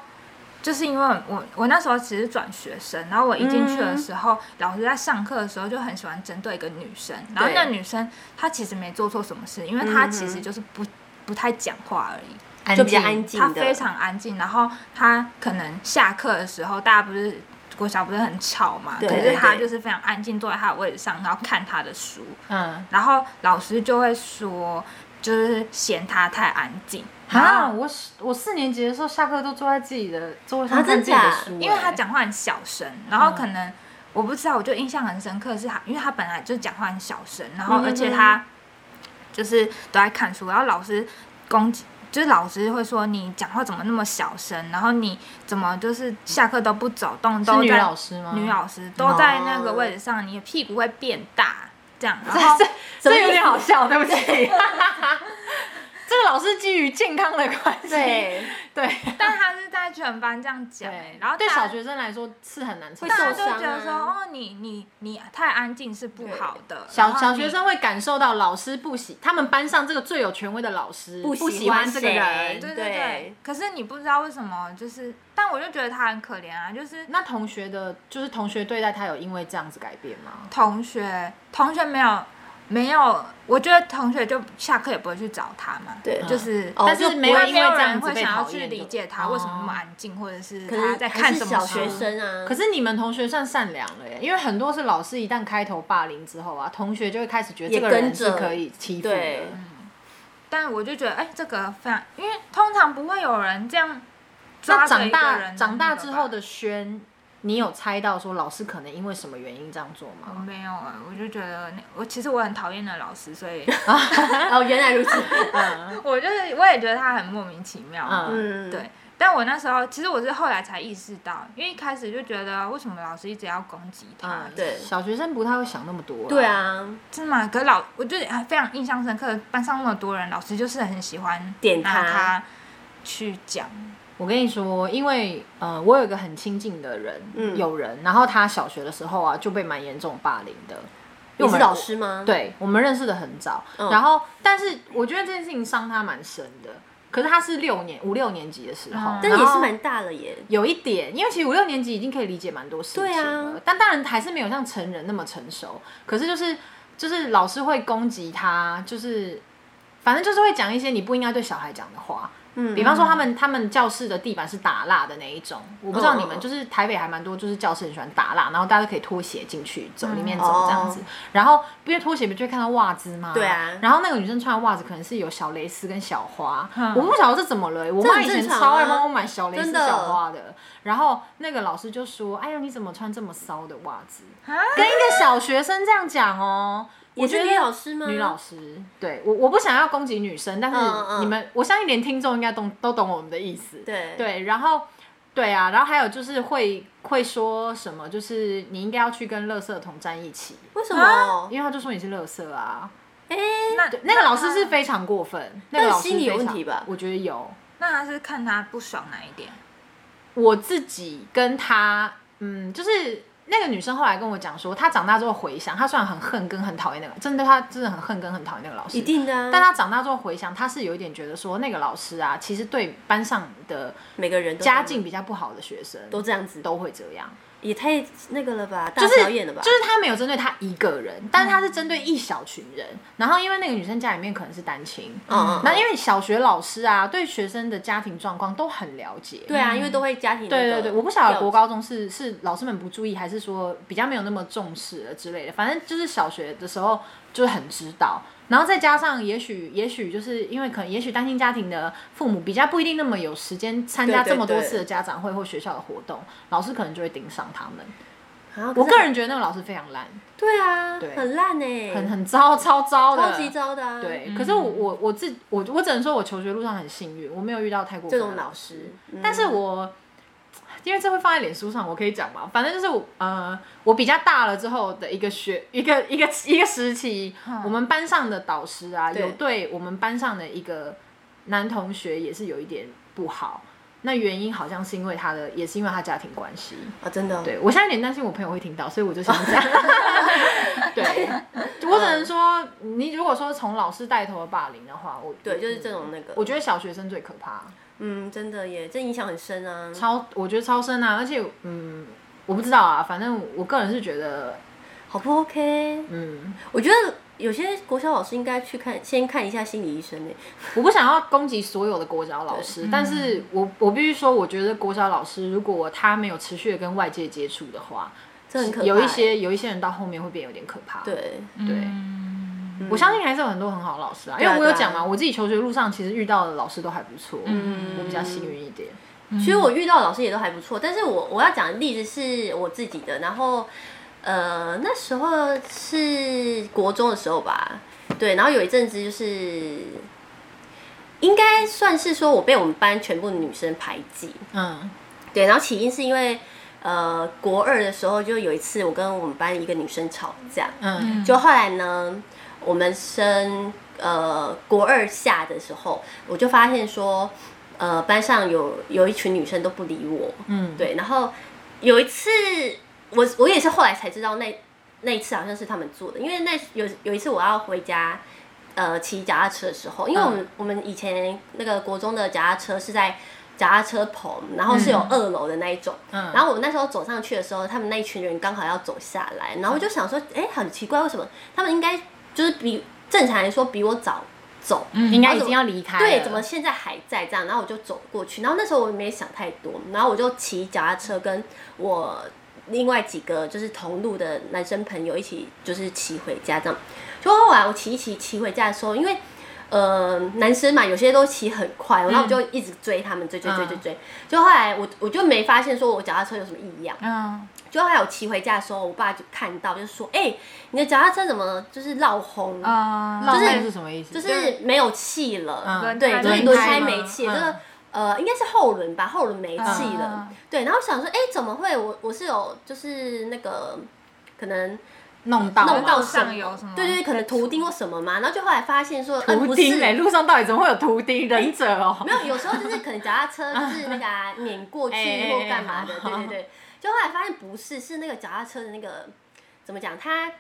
[SPEAKER 2] 就是因为我我那时候只是转学生，然后我一进去
[SPEAKER 3] 嗯
[SPEAKER 2] 的时候，老师在上课的时候就很喜欢针对一个女生，然后
[SPEAKER 3] 对嗯
[SPEAKER 2] 那女生她其实没做错什么事，因为她其实就是不不太讲话而已，
[SPEAKER 1] 安
[SPEAKER 3] 就比较
[SPEAKER 1] 静
[SPEAKER 3] 安静
[SPEAKER 2] 她
[SPEAKER 3] 的， [LAUGHS]
[SPEAKER 2] 非常安静，然后她可能下课的时候，大家不是。国小不是很吵嘛，可
[SPEAKER 3] 对
[SPEAKER 2] 是她
[SPEAKER 3] 对
[SPEAKER 2] 就是非常安静，坐在她的位置上，然后看她的书，
[SPEAKER 1] 嗯。
[SPEAKER 2] 然后老师就会说，就是嫌他太安静，
[SPEAKER 1] 啊！
[SPEAKER 2] 然后
[SPEAKER 1] 我是我四年级的时候下课都坐在自己的座位上
[SPEAKER 3] 啊
[SPEAKER 1] 看
[SPEAKER 3] 真
[SPEAKER 1] 自己的
[SPEAKER 3] 假
[SPEAKER 1] 书欸、
[SPEAKER 2] 因为他讲话很小声，然
[SPEAKER 1] 嗯
[SPEAKER 2] 后可能、我不知道，我就印象很深刻是他，因为他本来就讲话很小声，然后
[SPEAKER 3] 嗯
[SPEAKER 2] 而且他就是都在看书，然后老师攻击。就是老师会说你讲话怎么那么小声，然后你怎么就是下课都不走动，
[SPEAKER 1] 是
[SPEAKER 2] 都
[SPEAKER 1] 女
[SPEAKER 2] 在
[SPEAKER 1] [LAUGHS] 老师吗？哦
[SPEAKER 2] 女老师都在那个位置上，你的屁股会变大。这
[SPEAKER 1] [LAUGHS]
[SPEAKER 2] 样，然后
[SPEAKER 1] 这
[SPEAKER 3] 么意思
[SPEAKER 1] 有点好笑，对不
[SPEAKER 3] [LAUGHS]
[SPEAKER 1] 起。这个老师基于健康的关系，
[SPEAKER 3] 对，
[SPEAKER 2] [LAUGHS]
[SPEAKER 1] 对
[SPEAKER 2] 但他是在全班这样讲、欸，然后
[SPEAKER 1] 对
[SPEAKER 2] 大家
[SPEAKER 1] 小学生来说是很难承
[SPEAKER 3] 会
[SPEAKER 1] 受啊
[SPEAKER 2] 大家
[SPEAKER 1] 的。
[SPEAKER 3] 受
[SPEAKER 2] 就觉得说，
[SPEAKER 3] 受伤
[SPEAKER 2] 哦，你你你太安静是不好的。然
[SPEAKER 1] 小
[SPEAKER 2] 后
[SPEAKER 1] 小
[SPEAKER 2] 你
[SPEAKER 1] 学生会感受到老师不喜，他们班上这个最有权威的老师
[SPEAKER 3] 不
[SPEAKER 1] 不
[SPEAKER 3] 喜
[SPEAKER 1] 喜欢
[SPEAKER 3] 欢
[SPEAKER 1] 这个
[SPEAKER 3] 谁
[SPEAKER 2] 对
[SPEAKER 1] 人。
[SPEAKER 2] 对
[SPEAKER 3] 对
[SPEAKER 2] 对，可是你不知道为什么，就是，但我就觉得他很可怜啊，就是
[SPEAKER 1] 那同学的，就是同学对待他有因为这样子改变吗？
[SPEAKER 2] 同学同学没有没有，我觉得同学就下课也不会去找他嘛，
[SPEAKER 3] 对
[SPEAKER 2] 就是。
[SPEAKER 3] 哦
[SPEAKER 1] 但
[SPEAKER 3] 就是不
[SPEAKER 1] 没有
[SPEAKER 2] 但
[SPEAKER 1] 因
[SPEAKER 2] 没
[SPEAKER 1] 为
[SPEAKER 2] 有
[SPEAKER 1] 这样
[SPEAKER 2] 人
[SPEAKER 1] 子
[SPEAKER 2] 会
[SPEAKER 1] 被
[SPEAKER 2] 想要
[SPEAKER 1] 讨
[SPEAKER 2] 去
[SPEAKER 1] 厌
[SPEAKER 2] 理
[SPEAKER 1] 的
[SPEAKER 2] 解他为什么那么
[SPEAKER 1] 哦
[SPEAKER 2] 安静，或者是
[SPEAKER 3] 可
[SPEAKER 2] 他
[SPEAKER 3] 是
[SPEAKER 2] 在
[SPEAKER 3] 还
[SPEAKER 2] 看
[SPEAKER 3] 是
[SPEAKER 2] 什么
[SPEAKER 3] 小
[SPEAKER 2] 书
[SPEAKER 3] 学生啊，
[SPEAKER 1] 可是你们同学算善良了耶，因为很多是老师一旦开头霸凌之后啊，同学就会开始觉得这个
[SPEAKER 3] 也
[SPEAKER 1] 人
[SPEAKER 3] 跟
[SPEAKER 1] 是
[SPEAKER 3] 着
[SPEAKER 1] 可以欺负的
[SPEAKER 3] 对。
[SPEAKER 2] 但我就觉得，哎、这个非常，因为通常不会有人这样抓
[SPEAKER 1] 那
[SPEAKER 2] 着
[SPEAKER 1] 长
[SPEAKER 2] 一个人
[SPEAKER 1] 大
[SPEAKER 2] 的
[SPEAKER 1] 长大
[SPEAKER 2] 那个
[SPEAKER 1] 之
[SPEAKER 2] 吧
[SPEAKER 1] 后的轩，你有猜到说老师可能因为什么原因这样做
[SPEAKER 2] 我
[SPEAKER 1] 吗？
[SPEAKER 2] 没有啊，我就觉得那我其实我很讨厌的老师，所以 [LAUGHS]
[SPEAKER 3] 哦，原来如此，
[SPEAKER 2] 我就是我也觉得他很莫名其妙。
[SPEAKER 1] 嗯
[SPEAKER 3] [LAUGHS] 嗯，
[SPEAKER 2] 对，但我那时候其实我是后来才意识到，因为一开始就觉得为什么老师一直要攻击他，
[SPEAKER 1] 嗯，
[SPEAKER 3] 对
[SPEAKER 1] 小学生不太会想那么多、
[SPEAKER 3] 对，啊，
[SPEAKER 2] 是吗？可是老我就啊非常印象深刻，班上那么多人，老师就是很喜欢
[SPEAKER 3] 点
[SPEAKER 2] 拿
[SPEAKER 3] 他
[SPEAKER 2] 他去讲，
[SPEAKER 1] 我跟你说，因为呃，我有一个很亲近的人，
[SPEAKER 3] 嗯
[SPEAKER 1] 有人，然后他小学的时候啊就被蛮严重霸凌的，因为
[SPEAKER 3] 你
[SPEAKER 1] 我
[SPEAKER 3] 是
[SPEAKER 1] 们
[SPEAKER 3] 老师吗？，
[SPEAKER 1] 对我们认识的很早，
[SPEAKER 3] 嗯
[SPEAKER 1] 然后但是我觉得这件事情伤他蛮深的。可是他是六年五六年级的时候，
[SPEAKER 2] 嗯
[SPEAKER 3] 但也
[SPEAKER 1] 然后
[SPEAKER 3] 是蛮大了耶，
[SPEAKER 1] 有一点，因为其实五六年级已经可以理解蛮多事情了，
[SPEAKER 3] 对啊
[SPEAKER 1] 但当然还是没有像成人那么成熟。可是就是就是老师会攻击他，就是反正就是会讲一些你不应该对小孩讲的话。
[SPEAKER 3] 嗯
[SPEAKER 1] 比方说他们他们教室的地板是打蜡的那一种，我不知道你们
[SPEAKER 3] 嗯嗯嗯
[SPEAKER 1] 就是台北还蛮多，就是教室很喜欢打蜡，然后大家都可以拖鞋进去走里面走
[SPEAKER 3] 哦
[SPEAKER 1] 这样子。然后因为拖鞋不就会看到袜子吗？
[SPEAKER 3] 对啊
[SPEAKER 1] 然后那个女生穿的袜子可能是有小蕾丝跟小花，
[SPEAKER 2] 嗯
[SPEAKER 1] 我不晓得这怎么了、欸我
[SPEAKER 3] 这
[SPEAKER 1] 妈
[SPEAKER 3] 很
[SPEAKER 1] 以前
[SPEAKER 3] 正常
[SPEAKER 1] 超爱
[SPEAKER 3] 啊
[SPEAKER 1] 帮我买小蕾丝
[SPEAKER 3] 真的
[SPEAKER 1] 小花的，然后那个老师就说：“哎呦，你怎么穿这么骚的袜子
[SPEAKER 2] 啊？”
[SPEAKER 1] 跟一个小学生这样讲哦、我
[SPEAKER 3] 也
[SPEAKER 1] 觉
[SPEAKER 3] 是
[SPEAKER 1] 得
[SPEAKER 3] 女老师吗？
[SPEAKER 1] 女老师，对我我不想要攻击女生，但是
[SPEAKER 3] 嗯嗯
[SPEAKER 1] 你们，我相信连听众应该懂都懂我们的意思。
[SPEAKER 3] 对
[SPEAKER 1] 对，然后对啊，然后还有就是会会说什么，就是你应该要去跟垃圾桶站一起，
[SPEAKER 3] 为什么？
[SPEAKER 1] 因为他就说你是垃圾啊。
[SPEAKER 3] 哎，
[SPEAKER 2] 那
[SPEAKER 1] 对，那个老师是非常过分，那个
[SPEAKER 3] 但
[SPEAKER 1] 老师
[SPEAKER 3] 心理有
[SPEAKER 1] 非
[SPEAKER 3] 问
[SPEAKER 1] 常
[SPEAKER 3] 题吧
[SPEAKER 1] 我觉得有，
[SPEAKER 2] 那他是看他不爽哪一点？
[SPEAKER 1] 我自己跟他，嗯，就是那个女生后来跟我讲说，她长大之后回想，她虽然很恨跟很讨厌那个，真的她真的很恨跟很讨厌那个老师，
[SPEAKER 3] 一定的啊，
[SPEAKER 1] 但她长大之后回想，她是有一点觉得说，那个老师啊，其实对班上的
[SPEAKER 3] 每个人都
[SPEAKER 1] 家境比较不好的学生
[SPEAKER 3] 都这样子，
[SPEAKER 1] 都会这样，
[SPEAKER 3] 也太那个了吧，
[SPEAKER 1] 就
[SPEAKER 3] 大
[SPEAKER 1] 是
[SPEAKER 3] 表演了吧嗯
[SPEAKER 1] 就？是他没有针对他一个人，但是他是针对一小群人。然后因为那个女生家里面可能是单亲，
[SPEAKER 3] 嗯嗯
[SPEAKER 1] 那因为小学老师啊，对学生的家庭状况都很了解，
[SPEAKER 3] 对啊，因为都会家庭那
[SPEAKER 1] 嗯对
[SPEAKER 3] 个
[SPEAKER 1] 对对，我不晓得
[SPEAKER 3] 要
[SPEAKER 1] 国高中是是老师们不注意，还是说比较没有那么重视了之类的。反正就是小学的时候就是很知道，然后再加上也许也许就是因为可能也许单亲家庭的父母比较不一定那么有时间参加
[SPEAKER 3] 对对
[SPEAKER 1] 这么多
[SPEAKER 3] 对
[SPEAKER 1] 次的家长会或学校的活动，老师可能就会盯上他们。
[SPEAKER 3] 啊可
[SPEAKER 1] 我
[SPEAKER 3] 是
[SPEAKER 1] 个人觉得那个老师非常烂，
[SPEAKER 3] 对啊，
[SPEAKER 1] 对
[SPEAKER 3] 很烂哎，
[SPEAKER 1] 很很糟，超糟的，
[SPEAKER 3] 超级糟的啊，
[SPEAKER 1] 对，
[SPEAKER 2] 嗯
[SPEAKER 1] 可是我我我自我我只能说，我求学路上很幸运，我没有遇到太过分
[SPEAKER 3] 这
[SPEAKER 1] 的
[SPEAKER 3] 种老
[SPEAKER 1] 师
[SPEAKER 3] 师，嗯
[SPEAKER 1] 但是我因为这会放在脸书上，我可以讲嘛。反正就是我呃，我比较大了之后的一个学一个一个一个时期，我们班上的导师啊，
[SPEAKER 3] 嗯对
[SPEAKER 1] 有对我们班上的一个男同学也是有一点不好。那原因好像是因为他的，也是因为他家庭关系。
[SPEAKER 3] 啊，真的哦
[SPEAKER 1] 对我现在有点担心我朋友会听到，所以我就先不
[SPEAKER 3] [LAUGHS]
[SPEAKER 1] 讲。对，我只能说，你如果说从老师带头的霸凌的话，我
[SPEAKER 3] 对，就是这种那个，
[SPEAKER 1] 我觉得小学生最可怕。
[SPEAKER 3] 嗯，真的耶，这影响很深啊。
[SPEAKER 1] 超，我觉得超深啊，而且嗯，我不知道啊，反正我个人是觉得，
[SPEAKER 3] 好不 OK？
[SPEAKER 1] 嗯，
[SPEAKER 3] 我觉得有些国小老师应该去看，先看一下心理医生呢。欸
[SPEAKER 1] 我不想要攻击所有的国小老师，但是
[SPEAKER 3] 嗯
[SPEAKER 1] 我我必须说，我觉得国小老师如果他没有持续的跟外界接触的话，
[SPEAKER 3] 这很可怕欸。
[SPEAKER 1] 有一些有一些人到后面会变有点可怕。，
[SPEAKER 3] 对，
[SPEAKER 1] 对
[SPEAKER 2] 嗯
[SPEAKER 1] 我相信还是有很多很好的老师啊，因
[SPEAKER 3] 对啊
[SPEAKER 1] 为我有
[SPEAKER 3] 对啊
[SPEAKER 1] 讲嘛，我自己求学路上其实遇到的老师都还不错，
[SPEAKER 2] 嗯
[SPEAKER 1] 我比较幸运一点。
[SPEAKER 3] 其实我遇到的老师也都还不错，但是我我要讲的例子是我自己的，然后呃那时候是国中的时候吧，对，然后有一阵子就是。应该算是说，我被我们班全部女生排挤，
[SPEAKER 1] 嗯
[SPEAKER 3] 对，然后起因是因为，呃国二的时候，就有一次我跟我们班一个女生吵架，
[SPEAKER 1] 嗯
[SPEAKER 3] 就后来呢，我们升呃国二下的时候，我就发现说，呃班上有有一群女生都不理我，
[SPEAKER 1] 嗯，
[SPEAKER 3] 对，然后有一次，我我也是后来才知道那那一次好像是他们做的，因为那有有一次我要回家，呃，骑脚踏车的时候，因为我们、
[SPEAKER 1] 嗯
[SPEAKER 3] 我们以前那个国中的脚踏车是在脚踏车棚，然后是有二楼的那一种，
[SPEAKER 1] 嗯
[SPEAKER 3] 然后我那时候走上去的时候，他们那一群人刚好要走下来，然后我就想说，哎、很奇怪，为什么他们应该就是比正常来说比我早走，
[SPEAKER 1] 应该已经要离开了，
[SPEAKER 3] 对，怎么现在还在这样？然后我就走过去，然后那时候我也没想太多，然后我就骑脚踏车跟我另外几个就是同路的男生朋友一起就是骑回家这样。就后来我骑一骑骑回家的时候，因为呃男生嘛，有些都骑很快，
[SPEAKER 1] 嗯
[SPEAKER 3] 然后我就一直追他们，追追追追追。就后来我我就没发现说我脚踏车有什么异样。
[SPEAKER 2] 嗯，
[SPEAKER 3] 就还有骑回家的时候，我爸就看到，就说：“哎、你的脚踏车怎么就是绕红？
[SPEAKER 2] 嗯，
[SPEAKER 1] 浪
[SPEAKER 3] 就是
[SPEAKER 1] 费是什么意思？
[SPEAKER 3] 就是没有气了。
[SPEAKER 1] 嗯
[SPEAKER 3] 对，就是
[SPEAKER 1] 轮
[SPEAKER 3] 轮
[SPEAKER 1] 胎
[SPEAKER 3] 胎
[SPEAKER 1] 吗
[SPEAKER 3] 没气，
[SPEAKER 1] 嗯
[SPEAKER 3] 就是呃，应该是后轮吧，后轮没气
[SPEAKER 2] 嗯
[SPEAKER 3] 了。对，然后想说，哎，怎么会？我我是有就是那个可能
[SPEAKER 1] 弄到
[SPEAKER 3] 弄到
[SPEAKER 1] 嘛
[SPEAKER 3] 什么
[SPEAKER 2] 上游什么
[SPEAKER 3] 对对，可能图钉或什么嘛。然后就后来发现说，嗯，
[SPEAKER 1] 图
[SPEAKER 3] 不
[SPEAKER 1] 钉
[SPEAKER 3] 是。哎
[SPEAKER 1] 哎，路上到底怎么会有图钉忍者哦
[SPEAKER 3] 没？有，有时候就是可能脚踏车
[SPEAKER 2] 嗯
[SPEAKER 3] 就是那个啊碾过去
[SPEAKER 1] 哎哎
[SPEAKER 3] 或干嘛的，
[SPEAKER 1] 哎好
[SPEAKER 3] 对对对。就后来发现不是，是那个脚踏车的那个怎么讲，它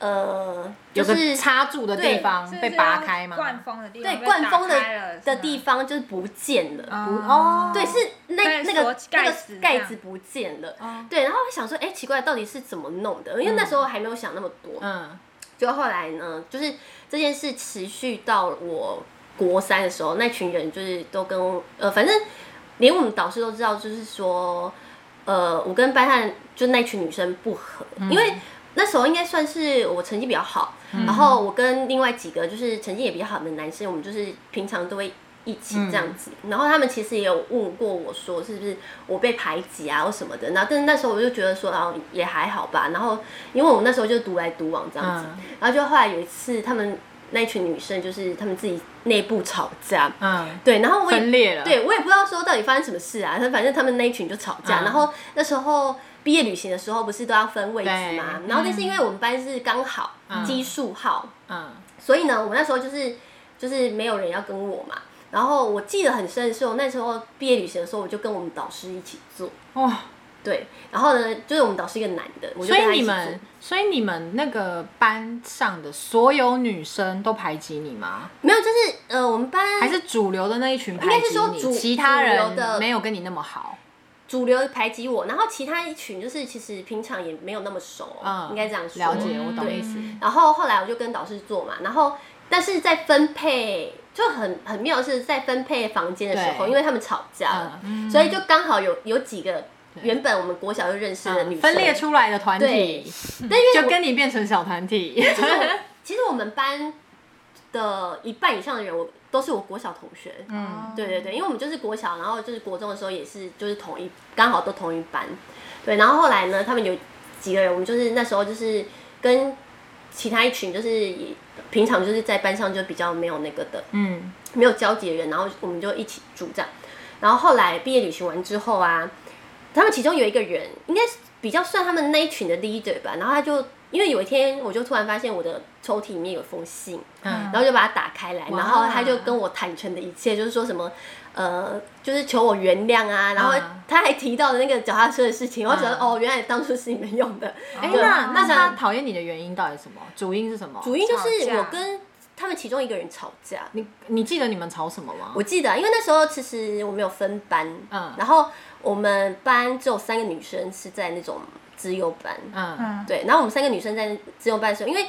[SPEAKER 3] 呃就
[SPEAKER 1] 有
[SPEAKER 3] 是
[SPEAKER 1] 个插住的地方被拔开吗？
[SPEAKER 2] 灌风的地方
[SPEAKER 3] 对
[SPEAKER 2] 被
[SPEAKER 3] 灌风
[SPEAKER 2] 打开了
[SPEAKER 3] 的的
[SPEAKER 2] 是吗
[SPEAKER 3] 地方就是不见了。
[SPEAKER 2] 嗯
[SPEAKER 1] 不哦
[SPEAKER 3] 对，是那
[SPEAKER 2] 对
[SPEAKER 3] 那个
[SPEAKER 2] 锁
[SPEAKER 3] 那
[SPEAKER 2] 盖
[SPEAKER 3] 个
[SPEAKER 2] 子
[SPEAKER 3] 盖
[SPEAKER 2] 这样
[SPEAKER 3] 子不见了。
[SPEAKER 2] 哦
[SPEAKER 3] 对，然后我想说，哎，奇怪，到底是怎么弄的？因为那时候还没有想那么多。
[SPEAKER 1] 嗯
[SPEAKER 3] 就后来呢，就是这件事持续到我国三的时候，那群人就是都跟我呃，反正连我们导师都知道，就是说，呃，我跟班上就那群女生不合，因为那时候应该算是我成绩比较好，然后我跟另外几个就是成绩也比较好的男生，我们就是平常都会。一起这样子，然后他们其实也有问过我说是不是我被排挤啊或什么的，然后但是那时候我就觉得说啊也还好吧，然后因为我那时候就独来独往这样子，
[SPEAKER 1] 嗯
[SPEAKER 3] 然后就后来有一次，他们那群女生就是他们自己内部吵架，
[SPEAKER 1] 嗯，
[SPEAKER 3] 对，然后我
[SPEAKER 1] 分
[SPEAKER 3] 也
[SPEAKER 1] 裂了，，
[SPEAKER 3] 对我也不知道说到底发生什么事啊，反正他们那一群就吵架，
[SPEAKER 1] 嗯
[SPEAKER 3] 然后那时候毕业旅行的时候不是都要分位置嘛，
[SPEAKER 1] 对
[SPEAKER 3] 然后但是因为我们班是刚好
[SPEAKER 1] 嗯
[SPEAKER 3] 奇数号，
[SPEAKER 1] 嗯
[SPEAKER 3] 所以呢，我们那时候就是就是没有人要跟我嘛。然后我记得很深的是，我那时候毕业旅行的时候，我就跟我们导师一起做，
[SPEAKER 1] 哇，
[SPEAKER 3] 对。然后呢，就是我们导师一个男的，我就
[SPEAKER 1] 所
[SPEAKER 3] 跟
[SPEAKER 1] 以
[SPEAKER 3] 他一
[SPEAKER 1] 你
[SPEAKER 3] 起做。
[SPEAKER 1] 们，所以你们那个班上的所有女生都排挤你吗？
[SPEAKER 3] 没有，就是呃，我们班
[SPEAKER 1] 还是主流的那一群排
[SPEAKER 3] 应该是
[SPEAKER 1] 挤
[SPEAKER 3] 说
[SPEAKER 1] 你，
[SPEAKER 3] 主
[SPEAKER 1] 其他
[SPEAKER 3] 主流
[SPEAKER 1] 人
[SPEAKER 3] 的
[SPEAKER 1] 没有跟你那么好？
[SPEAKER 3] 主流排挤我，然后其他一群就是其实平常也没有那么熟，
[SPEAKER 1] 嗯
[SPEAKER 3] 应该这样说。
[SPEAKER 1] 了解，我懂
[SPEAKER 3] 对
[SPEAKER 1] 意思。
[SPEAKER 3] 然后后来我就跟导师做嘛，然后但是在分配就很很妙，是在分配房间的时候，
[SPEAKER 1] 对
[SPEAKER 3] 因为他们吵架了，
[SPEAKER 1] 嗯，
[SPEAKER 3] 所以就刚好有有几个原本我们国小就认识的女
[SPEAKER 1] 嗯
[SPEAKER 3] 生
[SPEAKER 1] 分裂。出来的团
[SPEAKER 3] 对
[SPEAKER 1] 体，
[SPEAKER 3] 但因为
[SPEAKER 1] 就跟你变成小团体。
[SPEAKER 3] 其实我们班的一半以上的人，我都是我国小同学。
[SPEAKER 1] 嗯，
[SPEAKER 3] 对对对，因为我们就是国小，然后就是国中的时候也是就是同一，刚好都同一班，对。然后后来呢，他们有几个人，我们就是那时候就是跟其他一群就是也平常就是在班上就比较没有那个的，
[SPEAKER 1] 嗯，
[SPEAKER 3] 没有交集的人，然后我们就一起住这样。然后后来毕业旅行完之后啊，他们其中有一个人应该是比较算他们那一群的 leader 吧，然后他就因为有一天我就突然发现我的抽屉里面有封信，
[SPEAKER 1] 嗯
[SPEAKER 3] 然后就把它打开来，
[SPEAKER 1] 哇
[SPEAKER 3] 然后他就跟我坦诚的一切，就是说什么。呃，就是求我原谅啊，然后
[SPEAKER 1] 嗯
[SPEAKER 3] 他还提到了那个脚踏车的事情，我就觉得、
[SPEAKER 1] 嗯
[SPEAKER 3] 哦，原来当初是你们用的。
[SPEAKER 1] 哎，
[SPEAKER 3] 对
[SPEAKER 1] 那那
[SPEAKER 3] 想
[SPEAKER 1] 他讨厌你的原因到底是什么？主因是什么？
[SPEAKER 3] 主因就是
[SPEAKER 2] 吵架
[SPEAKER 3] 我跟他们其中一个人吵架，
[SPEAKER 1] 你你记得你们吵什么吗
[SPEAKER 3] 我？记得啊，因为那时候其实我们有分班，
[SPEAKER 1] 嗯
[SPEAKER 3] 然后我们班只有三个女生是在那种资优班，
[SPEAKER 1] 嗯
[SPEAKER 2] 嗯，
[SPEAKER 3] 对，然后我们三个女生在资优班的时候，因为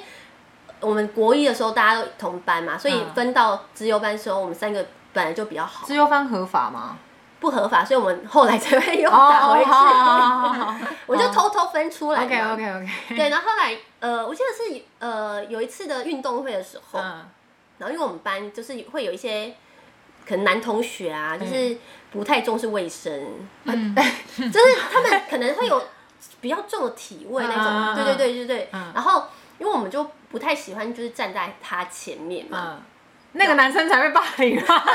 [SPEAKER 3] 我们国一的时候大家都同班嘛，所以
[SPEAKER 1] 嗯
[SPEAKER 3] 分到资优班的时候，我们三个本来就比较好，
[SPEAKER 1] 自由翻合法吗？
[SPEAKER 3] 不合法，所以我们后来才会又
[SPEAKER 1] 哦
[SPEAKER 3] 打回去，我就偷偷分出来嘛。
[SPEAKER 1] OK OK OK。
[SPEAKER 3] 对，然后后来呃，我记得是呃有一次的运动会的时候，
[SPEAKER 1] 嗯
[SPEAKER 3] 然后因为我们班就是会有一些可能男同学啊，
[SPEAKER 1] 嗯
[SPEAKER 3] 就是不太重视卫生，
[SPEAKER 2] 嗯
[SPEAKER 1] 嗯
[SPEAKER 3] 就是他们可能会有比较重的体味那
[SPEAKER 1] 嗯嗯嗯
[SPEAKER 3] 种，对对对对对。
[SPEAKER 1] 嗯
[SPEAKER 3] 然后因为我们就不太喜欢就是站在他前面嘛，
[SPEAKER 1] 嗯，那个男生才被霸凌啊！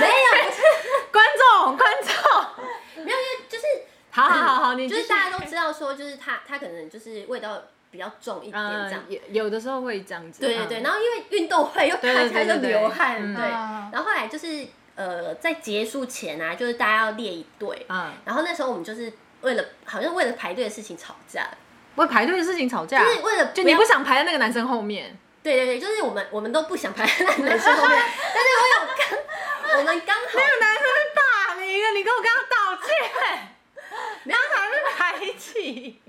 [SPEAKER 3] 没有，不是
[SPEAKER 1] 观众观众，
[SPEAKER 3] 没有，因为就是
[SPEAKER 1] 好 [LAUGHS] 好好好好，你
[SPEAKER 3] 就是
[SPEAKER 1] 继续
[SPEAKER 3] 大家都知道说，就是他他可能就是味道比较重一点这样
[SPEAKER 1] 嗯，。有有的时候会这样子，
[SPEAKER 3] 对对
[SPEAKER 1] 嗯
[SPEAKER 3] 对，然后因为运动会又
[SPEAKER 1] 对
[SPEAKER 3] 看
[SPEAKER 1] 对
[SPEAKER 3] 起来
[SPEAKER 1] 对
[SPEAKER 3] 就
[SPEAKER 1] 对
[SPEAKER 3] 流
[SPEAKER 1] 对
[SPEAKER 3] 汗，
[SPEAKER 1] 嗯
[SPEAKER 3] 对。
[SPEAKER 2] 啊
[SPEAKER 3] 然后后来就是呃，在结束前啊，就是大家要列一队，
[SPEAKER 1] 嗯，
[SPEAKER 3] 然后那时候我们就是为了好像为了排队的事情吵架，
[SPEAKER 1] 为排队的事情吵架
[SPEAKER 3] 就，是为了
[SPEAKER 1] 就
[SPEAKER 3] 不
[SPEAKER 1] 你
[SPEAKER 3] 要
[SPEAKER 1] 不想排在那个男生后面，
[SPEAKER 3] 对对对，就是我们我们都不想排在男生后面，但是我有刚我们刚好
[SPEAKER 1] 那个男生是霸凌的，你跟我跟他道歉，然后还是排挤。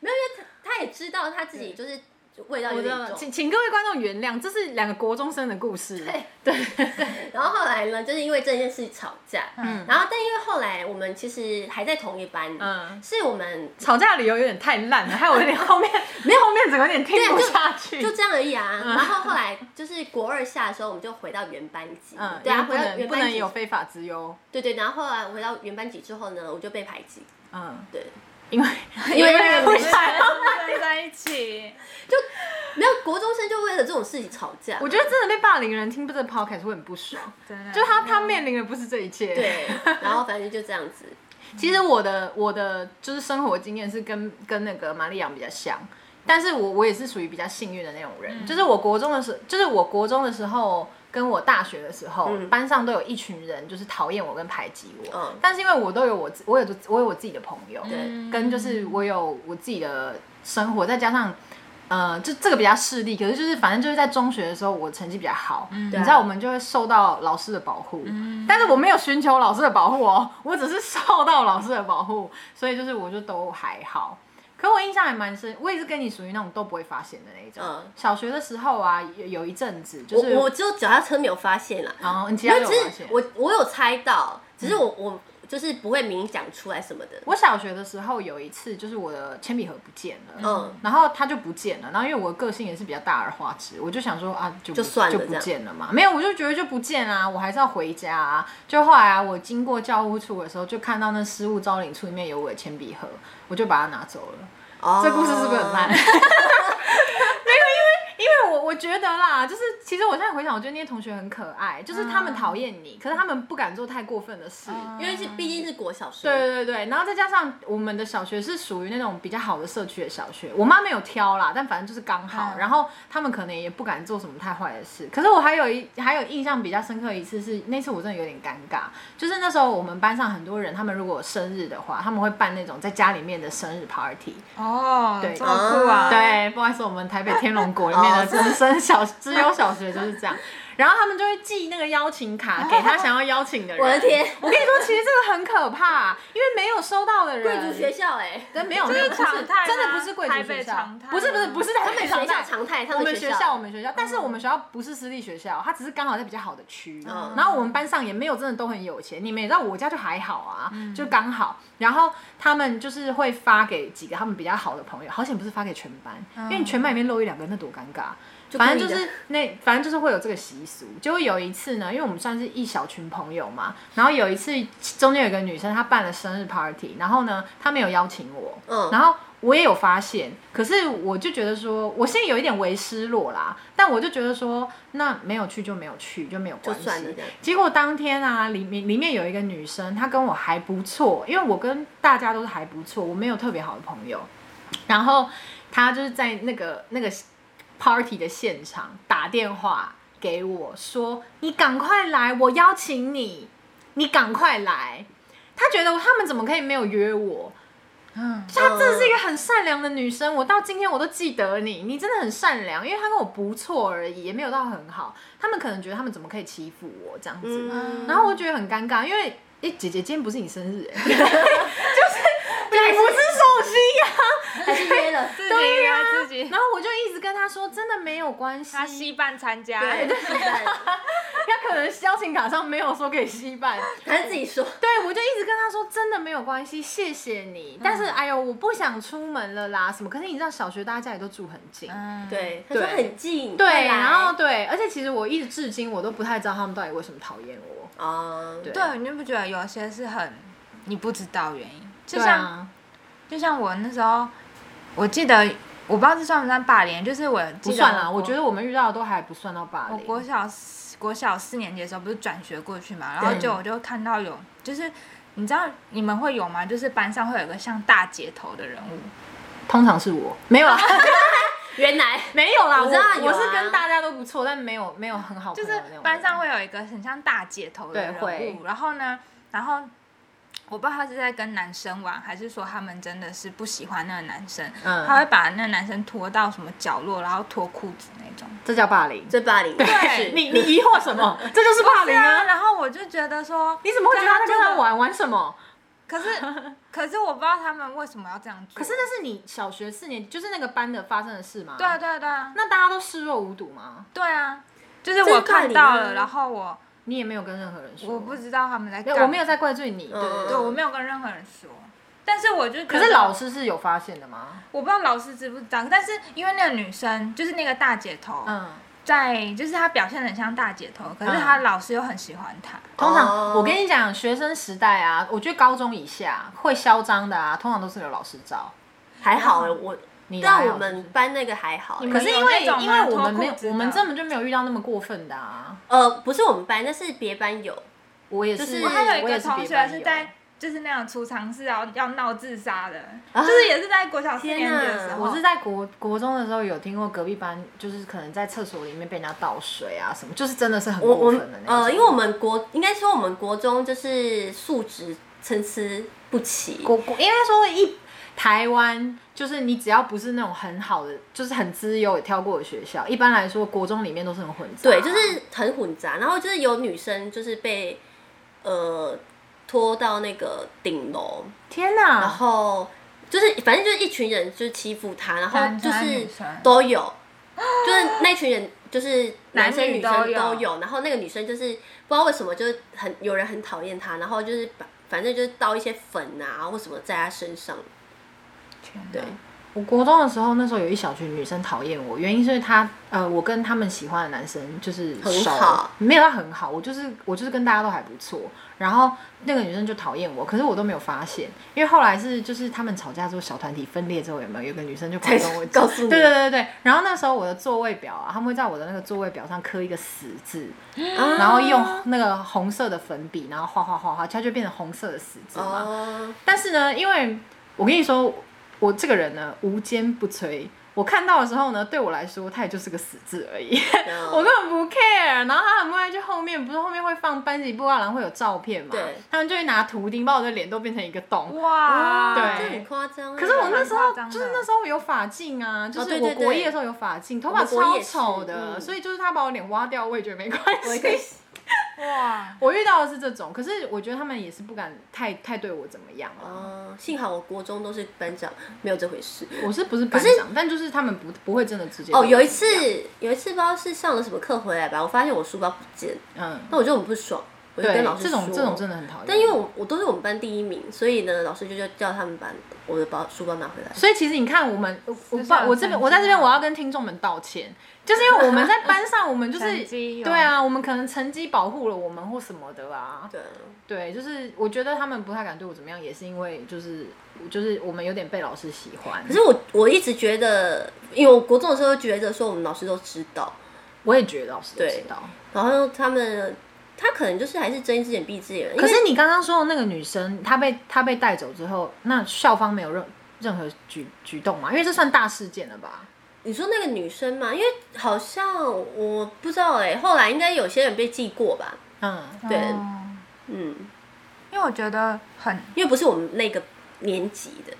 [SPEAKER 3] 没有，因为他他也知道他自己就是味道有
[SPEAKER 1] [LAUGHS] 我
[SPEAKER 3] 点
[SPEAKER 1] 的，
[SPEAKER 3] 重，
[SPEAKER 1] 请请各位观众原谅，这是两个国中生的故事。[LAUGHS]
[SPEAKER 3] 对
[SPEAKER 1] 对，
[SPEAKER 3] 然后后来呢，就是因为这件事吵架，
[SPEAKER 1] 嗯
[SPEAKER 3] 然后但因为后来我们其实还在同一班，
[SPEAKER 1] 嗯，
[SPEAKER 3] 是我们
[SPEAKER 1] 吵架的理由有点太烂了，害我有点后面，没有后面整个有点听不
[SPEAKER 3] 对就
[SPEAKER 1] 下去。
[SPEAKER 3] [LAUGHS] 就这样而已啊。
[SPEAKER 1] 嗯
[SPEAKER 3] 然后后来就是国二下的时候，我们就回到原班级，
[SPEAKER 1] 嗯，
[SPEAKER 3] 对啊，
[SPEAKER 1] 因为不
[SPEAKER 3] 回到
[SPEAKER 1] 能
[SPEAKER 3] 原
[SPEAKER 1] 不
[SPEAKER 3] 班
[SPEAKER 1] 能
[SPEAKER 3] 级
[SPEAKER 1] 有，非法之忧。
[SPEAKER 3] 对对。然后后来回到原班级之后呢，我就被排挤，
[SPEAKER 1] 嗯，
[SPEAKER 3] 对，
[SPEAKER 1] 因为
[SPEAKER 3] [LAUGHS] 因为那个
[SPEAKER 1] 不
[SPEAKER 3] 女
[SPEAKER 1] 想
[SPEAKER 3] 生
[SPEAKER 1] 要
[SPEAKER 2] 待在一起，
[SPEAKER 3] 没有国中生就为了这种事情吵架，
[SPEAKER 1] [LAUGHS] 我觉得真的被霸凌的人听不这个 podcast 会很不爽，
[SPEAKER 2] 真的
[SPEAKER 1] [LAUGHS] 就他他面临的不是这一切。，
[SPEAKER 3] 对，然后反正就这样子，
[SPEAKER 1] [LAUGHS] 其实我的我的就是生活经验是跟跟那个玛丽亚比较像，但是我我也是属于比较幸运的那种
[SPEAKER 3] 嗯
[SPEAKER 1] 人，就是我国中的时，就是我国中的时候跟我大学的时候，
[SPEAKER 3] 嗯
[SPEAKER 1] 班上都有一群人就是讨厌我跟排挤我，
[SPEAKER 3] 嗯
[SPEAKER 1] 但是因为我都有我自我有我有我自己的朋友，
[SPEAKER 3] 对
[SPEAKER 2] 嗯
[SPEAKER 1] 跟就是
[SPEAKER 3] 嗯
[SPEAKER 1] 我有我自己的生活，再加上。呃，就这个比较势利，可是就是反正就是在中学的时候，我成绩比较好，你
[SPEAKER 3] 对啊嗯
[SPEAKER 1] 知道我们就会受到老师的保护，但是我没有寻求老师的保护哦，我只是受到老师的保护，所以就是我就都还好。可我印象还蛮深，我也是跟你属于那种都不会发现的那一种。
[SPEAKER 3] 嗯
[SPEAKER 1] 小学的时候啊，有有一阵子 [LAUGHS] 就
[SPEAKER 3] 我
[SPEAKER 1] 是，
[SPEAKER 3] 我只有脚踏车没有发现啦，
[SPEAKER 1] 然后你其
[SPEAKER 3] 因
[SPEAKER 1] 他
[SPEAKER 3] 为
[SPEAKER 1] 都有
[SPEAKER 3] 只
[SPEAKER 1] 发
[SPEAKER 3] 是
[SPEAKER 1] 现。嗯
[SPEAKER 3] 我我有猜到，只是我我就是不会明讲出来什么的，
[SPEAKER 1] 我小学的时候有一次，就是我的铅笔盒不见了，
[SPEAKER 3] 嗯
[SPEAKER 1] 然后它就不见了。然后因为我的个性也是比较大而化之，我就想说啊，就不
[SPEAKER 3] 就算了
[SPEAKER 1] 就
[SPEAKER 3] 这
[SPEAKER 1] 不
[SPEAKER 3] 样
[SPEAKER 1] 见了嘛。没有，我就觉得就不见啊，我还是要回家啊。就后来啊，我经过教务处的时候，就看到那失物招领处里面有我的铅笔盒，我就把它拿走了。
[SPEAKER 3] 哦
[SPEAKER 1] 这故事是不是很烂？没有， [LAUGHS] 因为因为我我觉得啦，就是其实我现在回想，我觉得那些同学很可爱，就是他
[SPEAKER 3] 嗯
[SPEAKER 1] 们讨厌你，可是他们不敢做太过分的事。
[SPEAKER 2] 嗯
[SPEAKER 3] 因为是毕竟是国小生，
[SPEAKER 1] 对对对，然后再加上我们的小学是属于那种比较好的社区的小学，我妈没有挑啦，但反正就是刚好。
[SPEAKER 2] 嗯
[SPEAKER 1] 然后他们可能也不敢做什么太坏的事。可是我还有一还有印象比较深刻的一次是，那次我真的有点尴尬，就是那时候我们班上很多人，他们如果有生日的话，他们会办那种在家里面的生日 party。
[SPEAKER 2] 哦，
[SPEAKER 1] 对
[SPEAKER 2] 这么酷啊，
[SPEAKER 3] 啊
[SPEAKER 1] 对，不好意思，我们台北天龙国里面的资深小资优小学就是这样。然后他们就会寄那个邀请卡给他想要邀请的人。
[SPEAKER 3] 我的天，
[SPEAKER 1] 我跟你说，其实这个很可怕，因为没有收到的人，
[SPEAKER 3] 贵族学校哎，
[SPEAKER 1] 对，没有，
[SPEAKER 2] 这
[SPEAKER 1] 那
[SPEAKER 2] 是
[SPEAKER 1] 个不是
[SPEAKER 2] 常态吗
[SPEAKER 1] 真的不是贵族
[SPEAKER 2] 台
[SPEAKER 1] 学
[SPEAKER 2] 北
[SPEAKER 1] 校
[SPEAKER 2] 常态，
[SPEAKER 1] 不是不是
[SPEAKER 2] 吗
[SPEAKER 1] 不是台北
[SPEAKER 3] 学
[SPEAKER 1] 常
[SPEAKER 3] 校
[SPEAKER 1] 态。
[SPEAKER 3] 常态，他
[SPEAKER 1] 我
[SPEAKER 3] 们
[SPEAKER 1] 们
[SPEAKER 3] 学
[SPEAKER 1] 学校，我们学校，但是我们学校不是私立学校，它只是刚好在比较好的区。
[SPEAKER 3] 嗯
[SPEAKER 1] 然后我们班上也没有真的都很有钱，你们也知道我家就还好啊，
[SPEAKER 3] 嗯
[SPEAKER 1] 就刚好。然后他们就是会发给几个他们比较好的朋友，好险不是发给全班，因为你全班里面漏一两个，那多尴尬。
[SPEAKER 3] 嗯就
[SPEAKER 1] 反正
[SPEAKER 3] 故
[SPEAKER 1] 就
[SPEAKER 3] 意的
[SPEAKER 1] 是那，反正就是会有这个习俗。就会有一次呢，因为我们算是一小群朋友嘛，然后有一次中间有一个女生她办了生日 party，然后呢，她没有邀请我，
[SPEAKER 3] 嗯
[SPEAKER 1] 然后我也有发现，可是我就觉得说，我现在有一点为失落啦，但我就觉得说，那没有去就没有去，就没有
[SPEAKER 3] 就
[SPEAKER 1] 关系，
[SPEAKER 3] 算了这样，
[SPEAKER 1] 结果当天啊，里面里面有一个女生，她跟我还不错，因为我跟大家都是还不错，我没有特别好的朋友。然后她就是在那个那个 party 的现场打电话给我说：“你赶快来，我邀请你，你赶快来。”她觉得他们怎么可以没有约我？
[SPEAKER 2] 嗯，
[SPEAKER 1] 就她真的是一个很善良的女生，我到今天我都记得你，你真的很善良，因为她跟我不错而已，也没有到很好。他们可能觉得他们怎么可以欺负我这样子，
[SPEAKER 3] 嗯，
[SPEAKER 1] 然后我觉得很尴尬，因为诶，姐姐今天不是你生日、欸，就是 [LAUGHS]
[SPEAKER 3] 还
[SPEAKER 1] 你
[SPEAKER 3] 是
[SPEAKER 1] 不是寿星呀、
[SPEAKER 3] 还是约
[SPEAKER 1] [LAUGHS]
[SPEAKER 3] 了，
[SPEAKER 2] 自己约自己，
[SPEAKER 1] 啊然后我就一直跟他说，真的没有关系，
[SPEAKER 2] 他稀办参加，
[SPEAKER 3] 对，是的
[SPEAKER 1] 他可能邀请卡上没有说可以惜办，
[SPEAKER 3] 还是自己说，
[SPEAKER 1] 对我就一直跟他说，真的没有关系，谢谢你，但是哎呦，我不想出门了啦，什么？可是你知道小学大家家里都住很近。
[SPEAKER 2] 嗯，
[SPEAKER 3] 对，他说
[SPEAKER 1] 对
[SPEAKER 3] 很近，快
[SPEAKER 1] 对，
[SPEAKER 3] 来
[SPEAKER 1] 然后对，而且其实我一直至今我都不太知道他们到底为什么讨厌我。
[SPEAKER 3] 啊，
[SPEAKER 1] 对
[SPEAKER 2] 对，你不觉得有些是很你不知道原因？就
[SPEAKER 1] 对
[SPEAKER 2] 像、
[SPEAKER 1] 啊，
[SPEAKER 2] 就像我那时候，我记得我不知道这算不算霸凌，就是我记
[SPEAKER 1] 不
[SPEAKER 2] 得
[SPEAKER 1] 算啦，
[SPEAKER 2] 我
[SPEAKER 1] 我觉得我们遇到的都还不算到霸
[SPEAKER 2] 我
[SPEAKER 1] 凌。
[SPEAKER 2] 国小四国小四年级的时候不是转学过去嘛，然后
[SPEAKER 1] 对
[SPEAKER 2] 就我就看到有就是你知道你们会有吗？就是班上会有一个像大姐头的人物，
[SPEAKER 1] 通常是我没有啦，
[SPEAKER 3] 原来
[SPEAKER 1] 没有啦，
[SPEAKER 3] 我
[SPEAKER 1] 我
[SPEAKER 3] 知道有
[SPEAKER 1] 我
[SPEAKER 3] 啊
[SPEAKER 1] 是跟大家都不错，但没有没有很好朋
[SPEAKER 2] 就
[SPEAKER 1] 友
[SPEAKER 2] 是
[SPEAKER 1] 那种人，
[SPEAKER 2] 班上会有一个很像大姐头的
[SPEAKER 1] 对会
[SPEAKER 2] 人物，然后呢，然后我不知道他是在跟男生玩，还是说他们真的是不喜欢那个男生，
[SPEAKER 1] 嗯
[SPEAKER 2] 他会把那个男生拖到什么角落，然后脱裤子那种。
[SPEAKER 1] 这叫霸凌。哎
[SPEAKER 3] 这霸凌，
[SPEAKER 2] 对
[SPEAKER 1] 你你疑惑什么？这就是霸凌
[SPEAKER 2] 对啊，啊
[SPEAKER 1] 啊！
[SPEAKER 2] 然后我就觉得说，
[SPEAKER 1] 你怎么会觉得他在跟他玩玩什么？
[SPEAKER 2] 可是可是我不知道他们为什么要这样做。
[SPEAKER 1] 可是那是你小学四年，就是那个班的发生的事吗？
[SPEAKER 2] 对啊对啊对啊
[SPEAKER 1] 那大家都视若无睹吗？
[SPEAKER 2] 对啊，就是
[SPEAKER 3] 这
[SPEAKER 2] 我
[SPEAKER 3] 是霸
[SPEAKER 2] 看
[SPEAKER 3] 凌
[SPEAKER 2] 到
[SPEAKER 3] 啊
[SPEAKER 2] 了，然后我
[SPEAKER 1] 你也没有跟任何人说。
[SPEAKER 2] 我不知道他们在
[SPEAKER 1] 没
[SPEAKER 2] 干
[SPEAKER 1] 有，
[SPEAKER 2] 嘛，
[SPEAKER 1] 我没有在怪罪你。
[SPEAKER 3] 嗯
[SPEAKER 1] 对对
[SPEAKER 2] 对，
[SPEAKER 1] 对
[SPEAKER 2] 我没有跟任何人说。但是我就
[SPEAKER 1] 可
[SPEAKER 2] 可
[SPEAKER 1] 是老师是有发现的吗？
[SPEAKER 2] 我不知道老师知不知道，但是因为那个女生就是那个大姐头，
[SPEAKER 1] 嗯，
[SPEAKER 2] 在就是她表现得很像大姐头，可是她老师又很喜欢她。
[SPEAKER 1] 通常、
[SPEAKER 3] 哦
[SPEAKER 1] 我跟你讲，学生时代啊，我觉得高中以下会嚣张的啊，通常都是有老师招。
[SPEAKER 3] 还好欸我，
[SPEAKER 1] 嗯你的还好
[SPEAKER 3] 但我们班那个还好欸，
[SPEAKER 2] 你
[SPEAKER 1] 可
[SPEAKER 2] 们
[SPEAKER 1] 是因为
[SPEAKER 2] 有那种吗
[SPEAKER 1] 因为我们没
[SPEAKER 2] 脱
[SPEAKER 1] 有
[SPEAKER 2] 裤，子的
[SPEAKER 1] 我们根本就没有遇到那么过分的啊。
[SPEAKER 3] 呃，不是我们班，那是别班有，
[SPEAKER 1] 我也
[SPEAKER 3] 就是
[SPEAKER 1] 是，
[SPEAKER 2] 我还有一
[SPEAKER 1] 嗯我也
[SPEAKER 2] 个
[SPEAKER 1] 是
[SPEAKER 2] 同
[SPEAKER 1] 别
[SPEAKER 2] 学
[SPEAKER 1] 班
[SPEAKER 2] 是
[SPEAKER 1] 友
[SPEAKER 2] 在。就是那种储藏室要要闹自杀的，
[SPEAKER 3] 啊
[SPEAKER 2] 就是也是在国小四
[SPEAKER 3] 天
[SPEAKER 2] 年级的
[SPEAKER 3] 哪
[SPEAKER 2] 时候，
[SPEAKER 1] 我是在国国中的时候有听过隔壁班，就是可能在厕所里面被人家倒水啊什么，就是真的是很
[SPEAKER 3] 我
[SPEAKER 1] 过
[SPEAKER 3] 我
[SPEAKER 1] 分的那种。
[SPEAKER 3] 呃，因为我们国应该说我们国中就是素质参差不齐，
[SPEAKER 1] 国国应该说一台湾就是你只要不是那种很好的，就是很资优也跳过的学校，一般来说国中里面都是很混杂。啊
[SPEAKER 3] 对，就是很混杂，然后就是有女生就是被呃拖到那个顶楼，
[SPEAKER 1] 天哪，
[SPEAKER 3] 然后就是反正就是一群人就是欺负她，然后
[SPEAKER 2] 男
[SPEAKER 3] 就
[SPEAKER 2] 生
[SPEAKER 3] 是
[SPEAKER 2] 女生
[SPEAKER 3] 都有，就是那群人就是男生
[SPEAKER 2] 男女
[SPEAKER 3] 女生
[SPEAKER 2] 都有
[SPEAKER 3] 都有，然后那个女生就是不知道为什么就是很有人很讨厌她，然后就是把反正就是倒一些粉啊或什么在她身上，
[SPEAKER 2] 天哪
[SPEAKER 3] 对，
[SPEAKER 1] 我国中的时候，那时候有一小群女生讨厌我，原因是因为她，呃，我跟她们喜欢的男生就是
[SPEAKER 3] 很
[SPEAKER 1] 熟
[SPEAKER 3] 好，
[SPEAKER 1] 没有到很好，我就是我就是跟大家都还不错，然后那个女生就讨厌我，可是我都没有发现，因为后来是就是他们吵架之后，小团体分裂之后，有没有有个女生就跑来跟我
[SPEAKER 3] 告诉你
[SPEAKER 1] 对对对对对，然后那时候我的座位表啊，他们会在我的那个座位表上刻一个死字，
[SPEAKER 3] 啊
[SPEAKER 1] 然后用那个红色的粉笔，然后画画画画，它就变成红色的死字嘛，
[SPEAKER 3] 哦，
[SPEAKER 1] 但是呢，因为我跟你说，我这个人呢无坚不摧，我看到的时候呢，对我来说，它也就是个死字而已，
[SPEAKER 3] 嗯
[SPEAKER 1] [LAUGHS] 我根本不 care。然后他很不爱去后面，不是后面会放班级布告栏会有照片嘛？
[SPEAKER 3] 对
[SPEAKER 1] 他们就会拿图钉把我的脸都变成一个洞。
[SPEAKER 2] 哇，
[SPEAKER 1] 对
[SPEAKER 3] 这很夸张欸。
[SPEAKER 1] 可是我那时候
[SPEAKER 2] 蛮夸张的
[SPEAKER 1] 就是那时候有发镜啊，就
[SPEAKER 3] 哦
[SPEAKER 1] 是
[SPEAKER 3] 对
[SPEAKER 1] 我
[SPEAKER 3] 对对
[SPEAKER 1] 国一的时候有发镜，头发
[SPEAKER 3] 我国一
[SPEAKER 1] 超
[SPEAKER 3] 也是
[SPEAKER 1] 丑的，
[SPEAKER 3] 嗯
[SPEAKER 1] 所以就是他把我脸挖掉，我也觉得没关
[SPEAKER 3] 我
[SPEAKER 1] 系
[SPEAKER 3] 一。个
[SPEAKER 2] 哇，
[SPEAKER 1] [LAUGHS] 我遇到的是这种，可是我觉得他们也是不敢太太对我怎么样啊。
[SPEAKER 3] 哦，幸好我国中都是班长，没有这回事。
[SPEAKER 1] 我是不是班长？但就是他们不不会真的直接对
[SPEAKER 3] 哦，
[SPEAKER 1] 我
[SPEAKER 3] 有一
[SPEAKER 1] 怎么样
[SPEAKER 3] 次，有一次不知道是上了什么课回来吧，我发现我书包不见，
[SPEAKER 1] 嗯，
[SPEAKER 3] 那我就很不爽，我就
[SPEAKER 1] 对
[SPEAKER 3] 跟老，师
[SPEAKER 1] 这
[SPEAKER 3] 说。
[SPEAKER 1] 种这种真的很讨厌。
[SPEAKER 3] 但因为我我都是我们班第一名，所以呢，老师就就叫他们把我的包书包拿回来。
[SPEAKER 1] 所以其实你看，我们我我
[SPEAKER 2] 就是
[SPEAKER 1] 不
[SPEAKER 2] 有
[SPEAKER 1] 我这
[SPEAKER 2] 成绩
[SPEAKER 1] 边我在这边我要跟听众们道歉，就是因为我们在班上，我
[SPEAKER 2] [LAUGHS]
[SPEAKER 1] 们就是
[SPEAKER 2] 成绩有
[SPEAKER 1] 对啊，我们可能成绩保护了我们或什么的啊。
[SPEAKER 3] 对，
[SPEAKER 1] 对，就是我觉得他们不太敢对我怎么样，也是因为就是就是我们有点被老师喜欢
[SPEAKER 3] 可。是我我一直觉得，因为我国中的时候觉得说我们老师都知道，
[SPEAKER 1] 我也觉得老师都
[SPEAKER 3] 对
[SPEAKER 1] 知道。
[SPEAKER 3] 然后他们他可能就是还是睁一只眼闭一只眼，因
[SPEAKER 1] 可
[SPEAKER 3] 为
[SPEAKER 1] 是你刚刚说的那个女生，她被她被带走之后，那校方没有任任何举举动嘛？因为这算大事件了吧？
[SPEAKER 3] 你说那个女生嘛，因为好像我不知道哎、后来应该有些人被记过吧，
[SPEAKER 1] 嗯，
[SPEAKER 3] 对
[SPEAKER 2] 哦
[SPEAKER 3] 嗯，
[SPEAKER 2] 因为我觉得很
[SPEAKER 3] 因为不是我们那个年级的，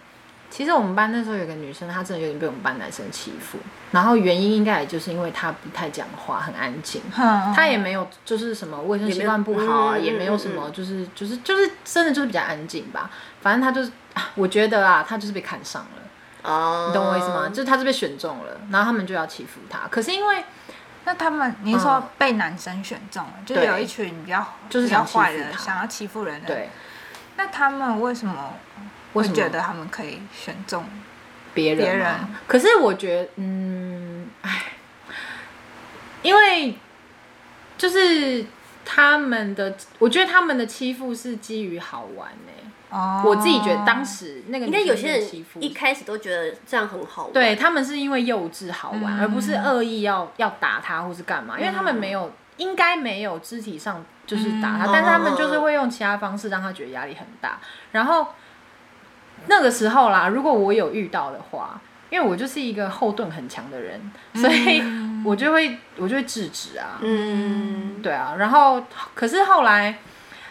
[SPEAKER 1] 其实我们班那时候有个女生，她真的有点被我们班男生欺负，然后原因应该也就是因为她不太讲话，很安静。
[SPEAKER 2] 很
[SPEAKER 1] 她也没有，就是什么卫生习惯不好啊，也没有什么，就是就是就是真的就是比较安静吧。反正她就是， [SIGHS] 啊我觉得啊，她就是被看上了，
[SPEAKER 3] 哦，
[SPEAKER 1] 你懂我意思吗？？就是她是被选中了，然后他们就要欺负她。可是因为
[SPEAKER 2] 那他们，你是说
[SPEAKER 1] 嗯
[SPEAKER 2] 被男生选中了，就是
[SPEAKER 1] 对
[SPEAKER 2] 有一群比较
[SPEAKER 1] 就是
[SPEAKER 2] 比较
[SPEAKER 1] 想欺负
[SPEAKER 2] 坏的，
[SPEAKER 1] 他
[SPEAKER 2] 想要欺负人的。，
[SPEAKER 1] 对
[SPEAKER 2] 那他们为什么会
[SPEAKER 1] 为什么
[SPEAKER 2] 觉得他们可以选中？
[SPEAKER 1] 别人嘛，
[SPEAKER 2] 别人
[SPEAKER 1] 可是我觉得，嗯，唉，因为就是他们的，我觉得他们的欺负是基于好玩呢、
[SPEAKER 2] 哦，
[SPEAKER 1] 我自己觉得当时那个
[SPEAKER 3] 应
[SPEAKER 1] 女
[SPEAKER 3] 该
[SPEAKER 1] 生
[SPEAKER 3] 有些
[SPEAKER 1] 被欺
[SPEAKER 3] 人
[SPEAKER 1] 负
[SPEAKER 3] 一开始都觉得这样很好玩，
[SPEAKER 1] 对他们是因为幼稚好玩，
[SPEAKER 2] 嗯
[SPEAKER 1] 而不是恶意要要打他或是干嘛，因为他们没有应该没有肢体上就是打他，但是他们就是会用其他方式让他觉得压力很大。然后那个时候啦，如果我有遇到的话，因为我就是一个后盾很强的人，所以我就会我就会制止啊，
[SPEAKER 3] 嗯，
[SPEAKER 1] 对啊。然后可是后来，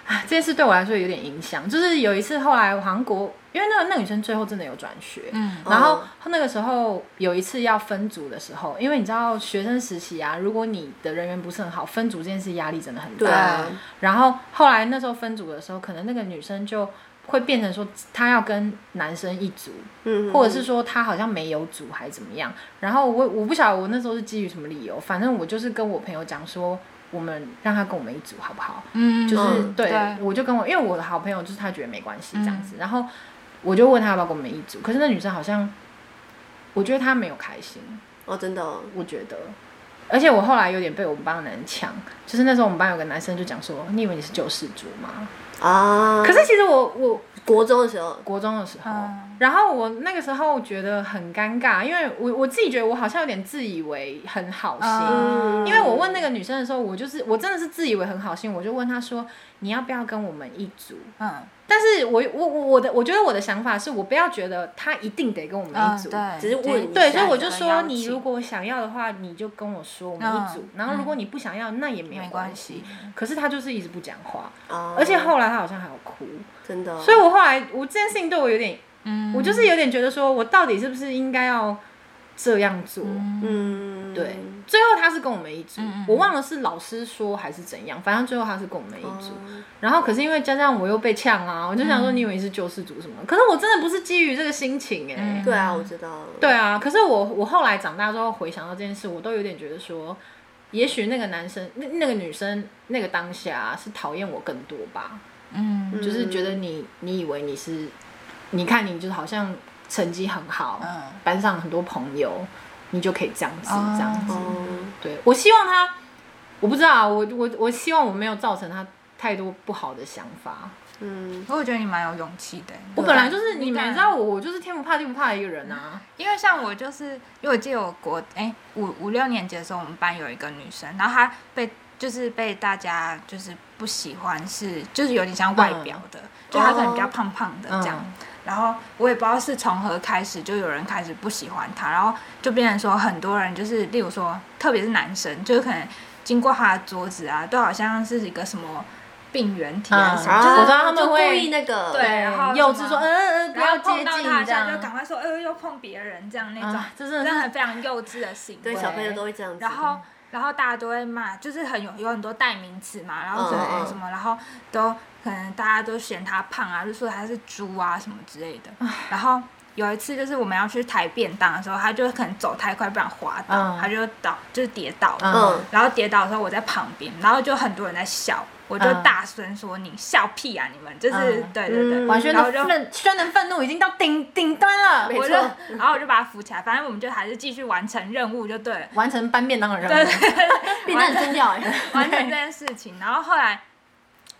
[SPEAKER 1] 唉这件事对我来说有点影响，就是有一次后来我韩国，因为那个那个女生最后真的有转学，
[SPEAKER 2] 嗯
[SPEAKER 1] 然后那个时候有一次要分组的时候，因为你知道学生实习啊，如果你的人缘不是很好，分组这件事压力真的很
[SPEAKER 3] 对
[SPEAKER 1] 大。
[SPEAKER 3] 啊，
[SPEAKER 1] 然后后来那时候分组的时候，可能那个女生就会变成说她要跟男生一组，
[SPEAKER 3] 嗯，
[SPEAKER 1] 或者是说她好像没有组还怎么样。然后我我不晓得我那时候是基于什么理由，反正我就是跟我朋友讲说，我们让她跟我们一组好不好？
[SPEAKER 2] 嗯，
[SPEAKER 1] 就是、
[SPEAKER 3] 嗯
[SPEAKER 1] 对
[SPEAKER 2] 对嗯
[SPEAKER 1] 我就跟我，因为我的好朋友就是他觉得没关系这样子，然后我就问他要不要跟我们一组，可是那女生好像，我觉得她没有开心，
[SPEAKER 3] 哦，真的哦，
[SPEAKER 1] 我觉得，而且我后来有点被我们班的人抢，就是那时候我们班有个男生就讲说，你以为你是救世主吗？
[SPEAKER 3] 啊，
[SPEAKER 1] 可是其实我我
[SPEAKER 3] 国中的时候，
[SPEAKER 1] 国中的时候，
[SPEAKER 2] 嗯
[SPEAKER 1] 然后我那个时候觉得很尴尬，因为我我自己觉得我好像有点自以为很好心，
[SPEAKER 2] 嗯
[SPEAKER 1] 因为我问那个女生的时候，我就是我真的是自以为很好心，我就问她说你要不要跟我们一组？
[SPEAKER 2] 嗯，
[SPEAKER 1] 但是我我我我的我觉得我的想法是我不要觉得她一定得跟我们一组，
[SPEAKER 2] 嗯对，
[SPEAKER 3] 只是问一
[SPEAKER 1] 对，
[SPEAKER 3] 下
[SPEAKER 1] 所以我就
[SPEAKER 2] 这样
[SPEAKER 1] 说
[SPEAKER 2] 邀请嗯
[SPEAKER 1] 你如果想要的话，你就跟我说我们一组，然后如果你不想要，那也没有
[SPEAKER 2] 没
[SPEAKER 1] 关
[SPEAKER 2] 关
[SPEAKER 1] 系
[SPEAKER 2] 系。，
[SPEAKER 1] 可是她就是一直不讲话，
[SPEAKER 3] 啊，
[SPEAKER 1] 而且后来她好像还有哭，
[SPEAKER 3] 真的哦，
[SPEAKER 1] 所以我后来我这件事情对我有点，
[SPEAKER 2] 嗯，
[SPEAKER 1] 我就是有点觉得说我到底是不是应该要这样做？
[SPEAKER 3] 嗯，
[SPEAKER 1] 对，最后他是跟我们一组，
[SPEAKER 2] 嗯嗯嗯
[SPEAKER 1] 我忘了是老师说还是怎样，反正最后他是跟我们一组。
[SPEAKER 3] 哦
[SPEAKER 1] 然后可是因为加上我又被呛啊，我就
[SPEAKER 2] 嗯
[SPEAKER 1] 想说你以为你是救世主什么？可是我真的不是基于这个心情哎、
[SPEAKER 2] 嗯
[SPEAKER 3] 对啊，我知道，
[SPEAKER 1] 对啊，可是我我后来长大之后回想到这件事，我都有点觉得说，也许那个男生那那个女生那个当下是讨厌我更多吧，
[SPEAKER 2] 嗯
[SPEAKER 3] 嗯，
[SPEAKER 1] 就是觉得你你以为你是，你看你就是好像成绩很好，
[SPEAKER 2] 嗯
[SPEAKER 1] 班上很多朋友，你就可以这样子、
[SPEAKER 2] 哦
[SPEAKER 1] 这样子。
[SPEAKER 3] 哦，
[SPEAKER 1] 对我希望他，我不知道啊，我我我希望我没有造成他太多不好的想法。
[SPEAKER 3] 嗯，
[SPEAKER 2] 我觉得你蛮有勇气的。欸
[SPEAKER 1] 我本
[SPEAKER 2] 啊
[SPEAKER 1] 来就是你
[SPEAKER 2] 当
[SPEAKER 1] 们
[SPEAKER 2] 然
[SPEAKER 1] 知道我，我就是天不怕地不怕的一个人啊。
[SPEAKER 2] 因为像我就是，因为我记得我国哎五五六年级的时候，我们班有一个女生，然后她被就是被大家就是不喜欢是，就是有点像外表的，就她可能比较胖胖的
[SPEAKER 1] 嗯
[SPEAKER 2] 这样。然后我也不知道是从何开始，就有人开始不喜欢她，然后就变成说很多人就是，例如说，特别是男生，就是可能经过她的桌子啊，都好像是一个什么病原体啊
[SPEAKER 1] 嗯
[SPEAKER 2] 什么，
[SPEAKER 1] 我
[SPEAKER 3] 啊
[SPEAKER 1] 知道他们
[SPEAKER 3] 就
[SPEAKER 1] 会
[SPEAKER 3] 故意那个，
[SPEAKER 2] 对然后
[SPEAKER 1] 幼
[SPEAKER 2] 什
[SPEAKER 1] 稚
[SPEAKER 2] 么
[SPEAKER 1] 说，嗯嗯，嗯不
[SPEAKER 2] 然
[SPEAKER 1] 要
[SPEAKER 2] 后
[SPEAKER 1] 接
[SPEAKER 2] 碰到
[SPEAKER 1] 近
[SPEAKER 2] 她一
[SPEAKER 1] 这
[SPEAKER 2] 下就
[SPEAKER 1] 样
[SPEAKER 2] 赶。快说，呃，又碰别人这样那种
[SPEAKER 1] 啊，，这真的
[SPEAKER 2] 真的
[SPEAKER 1] 是
[SPEAKER 2] 非常幼稚的行为。
[SPEAKER 3] 对，小朋友都会这样子，
[SPEAKER 2] 然后然后大家都会骂，就是很有有很多代名词嘛，然后
[SPEAKER 3] 嗯
[SPEAKER 2] 什么、
[SPEAKER 3] 嗯
[SPEAKER 2] 什么，然后都可能大家都嫌他胖啊，就说他是猪啊什么之类的。然后有一次就是我们要去抬便当的时候，他就可能走太快，不然滑倒，
[SPEAKER 1] 嗯
[SPEAKER 2] 他就倒就是跌倒了。
[SPEAKER 3] 嗯
[SPEAKER 2] 然后跌倒的时候我在旁边，然后就很多人在笑，我就
[SPEAKER 1] 嗯
[SPEAKER 2] 大声说：“你笑屁啊！你们就是、
[SPEAKER 1] 嗯
[SPEAKER 2] 对对对。
[SPEAKER 3] 嗯
[SPEAKER 1] 完全
[SPEAKER 2] 然后
[SPEAKER 1] 的
[SPEAKER 2] 就
[SPEAKER 1] 愤，轩的愤怒已经到顶顶端了，
[SPEAKER 3] 没
[SPEAKER 2] 我就，
[SPEAKER 3] 错
[SPEAKER 2] 然后我就把他扶起来，反正我们就还是继续完成任务就对了。
[SPEAKER 1] [LAUGHS] 完成搬便当的任
[SPEAKER 2] 对
[SPEAKER 1] 务。
[SPEAKER 2] 对对，
[SPEAKER 3] 变得很重要哎，
[SPEAKER 2] 完成这件事情。然后后来，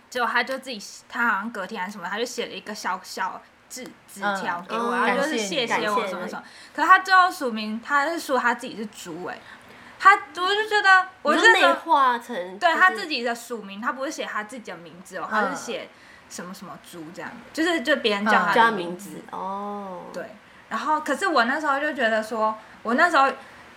[SPEAKER 2] 结果他就自己，他好像隔天还是什么，他就写了一个小小纸纸条给我，
[SPEAKER 3] 嗯
[SPEAKER 2] 然后就
[SPEAKER 1] 感
[SPEAKER 2] 是
[SPEAKER 1] 谢
[SPEAKER 2] 谢
[SPEAKER 1] 你
[SPEAKER 3] 感谢
[SPEAKER 2] 谢我
[SPEAKER 3] 你
[SPEAKER 2] 什么什么。可是他最后署名，他是说他自己是猪哎、他我就觉得，我
[SPEAKER 3] 你
[SPEAKER 2] 就
[SPEAKER 3] 就
[SPEAKER 2] 觉
[SPEAKER 3] 内
[SPEAKER 2] 得，
[SPEAKER 3] 化成，
[SPEAKER 2] 对他
[SPEAKER 3] 己。
[SPEAKER 2] 自己的署名，他不是写他自己的名字哦，他
[SPEAKER 1] 嗯
[SPEAKER 2] 是写什么什么猪这样，就是就别人叫
[SPEAKER 1] 嗯
[SPEAKER 2] 他
[SPEAKER 3] 叫他
[SPEAKER 2] 的
[SPEAKER 3] 名字哦。
[SPEAKER 2] 对，然后可是我那时候就觉得说，我那时候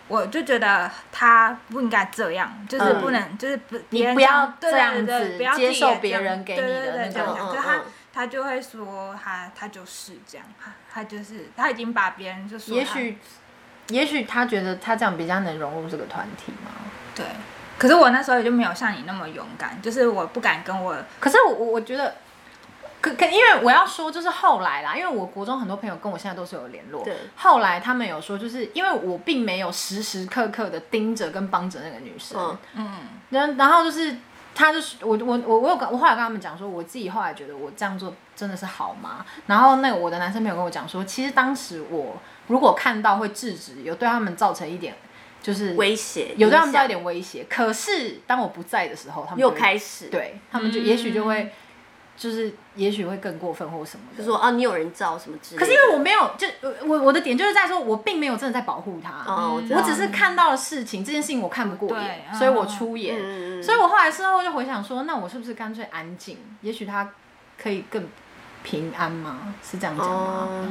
[SPEAKER 2] 我就觉得他不应该这样，就是
[SPEAKER 1] 嗯
[SPEAKER 2] 不能，就是不
[SPEAKER 1] 你
[SPEAKER 2] 别人
[SPEAKER 1] 不要
[SPEAKER 2] 对
[SPEAKER 1] 这样
[SPEAKER 2] 对对
[SPEAKER 1] 子
[SPEAKER 2] 不要
[SPEAKER 1] 接
[SPEAKER 2] 自己
[SPEAKER 1] 受
[SPEAKER 2] 也
[SPEAKER 1] 别
[SPEAKER 2] 这样
[SPEAKER 1] 人给你
[SPEAKER 2] 对
[SPEAKER 1] 的
[SPEAKER 2] 对对
[SPEAKER 1] 那
[SPEAKER 2] 这样
[SPEAKER 1] 种
[SPEAKER 2] 讲
[SPEAKER 3] 嗯
[SPEAKER 2] 可
[SPEAKER 3] 嗯
[SPEAKER 2] 是他
[SPEAKER 3] 嗯
[SPEAKER 2] 他就会说他他就是这样，他他就是他已经把别人就说
[SPEAKER 1] 也
[SPEAKER 2] 他
[SPEAKER 1] 许，也许他觉得他这样比较能融入这个团体嘛。
[SPEAKER 2] 对。可是我那时候也就没有像你那么勇敢，就是我不敢跟我
[SPEAKER 1] 可是我我我觉得，可可因为我要说就是后来啦，因为我国中很多朋友跟我现在都是有联络。
[SPEAKER 3] 对
[SPEAKER 1] 后来他们有说，就是因为我并没有时时刻刻的盯着跟帮着那个女生，
[SPEAKER 3] 嗯
[SPEAKER 2] 嗯
[SPEAKER 1] 然然后就是他就是我我我我有跟我后来跟他们讲说，我自己后来觉得我这样做真的是好吗？然后那个我的男生朋友跟我讲说，其实当时我如果看到会制止，有对他们造成一点就是
[SPEAKER 3] 威胁，
[SPEAKER 1] 有对他们
[SPEAKER 3] 影
[SPEAKER 1] 造成
[SPEAKER 3] 响
[SPEAKER 1] 一点威胁。可是当我不在的时候，他们就
[SPEAKER 3] 又嗯
[SPEAKER 1] 会
[SPEAKER 3] 开始，，
[SPEAKER 1] 对他们就也许就会就是也许会更过分或什么
[SPEAKER 3] 就
[SPEAKER 1] 的。
[SPEAKER 3] 说啊，你有人照什么之类
[SPEAKER 1] 可
[SPEAKER 3] 的。
[SPEAKER 1] 是因为我没有，就我我的点就是在说，我并没有真的在保护他，
[SPEAKER 3] 哦，
[SPEAKER 2] 嗯
[SPEAKER 3] 知道
[SPEAKER 1] 我只是看到了事情，这件事情我看不过眼，
[SPEAKER 2] 对
[SPEAKER 1] 所以我出演。
[SPEAKER 3] 嗯嗯嗯
[SPEAKER 1] 所以我后来事后就回想说，那我是不是干脆安静？也许他可以更平安吗？是这样讲吗？
[SPEAKER 3] 哦，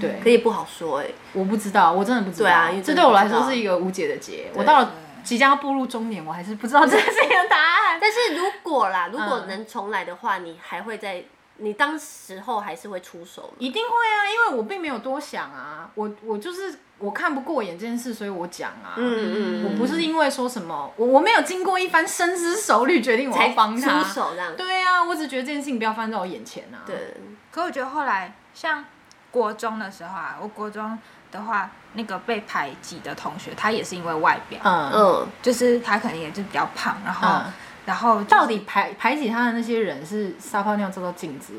[SPEAKER 1] 对
[SPEAKER 3] 可，以不好说哎。
[SPEAKER 1] 我不知道，我真的不知道。
[SPEAKER 3] 对啊因为
[SPEAKER 1] 这
[SPEAKER 3] 真的
[SPEAKER 1] 对我来
[SPEAKER 3] 不知
[SPEAKER 1] 说
[SPEAKER 3] 道
[SPEAKER 1] 是一个无解的结。
[SPEAKER 3] 对
[SPEAKER 1] 我到了即将要步入中年，我还是不知道这件事情的答案。
[SPEAKER 3] 但是如果啦，如果
[SPEAKER 1] 嗯
[SPEAKER 3] 能重来的话，你还会在你当时候还是会出手吗？
[SPEAKER 1] 一定会啊，因为我并没有多想啊，我我就是我看不过眼这件事，所以我讲啊。
[SPEAKER 3] 嗯嗯嗯，
[SPEAKER 1] 我不是因为说什么，我我没有经过一番深思熟虑决定我
[SPEAKER 3] 才
[SPEAKER 1] 要帮他。
[SPEAKER 3] 出手这样。
[SPEAKER 1] 对啊，我只觉得这件事情不要发生在我眼前啊。，
[SPEAKER 3] 对，
[SPEAKER 2] 可我觉得后来像国中的时候啊，我国中的话，那个被排挤的同学，他也是因为外表，
[SPEAKER 1] 嗯
[SPEAKER 3] 嗯，
[SPEAKER 2] 就是他可能也是比较胖，然后、
[SPEAKER 1] 嗯
[SPEAKER 2] 然后、
[SPEAKER 1] 到底排排挤他的那些人是撒泡尿照到镜子，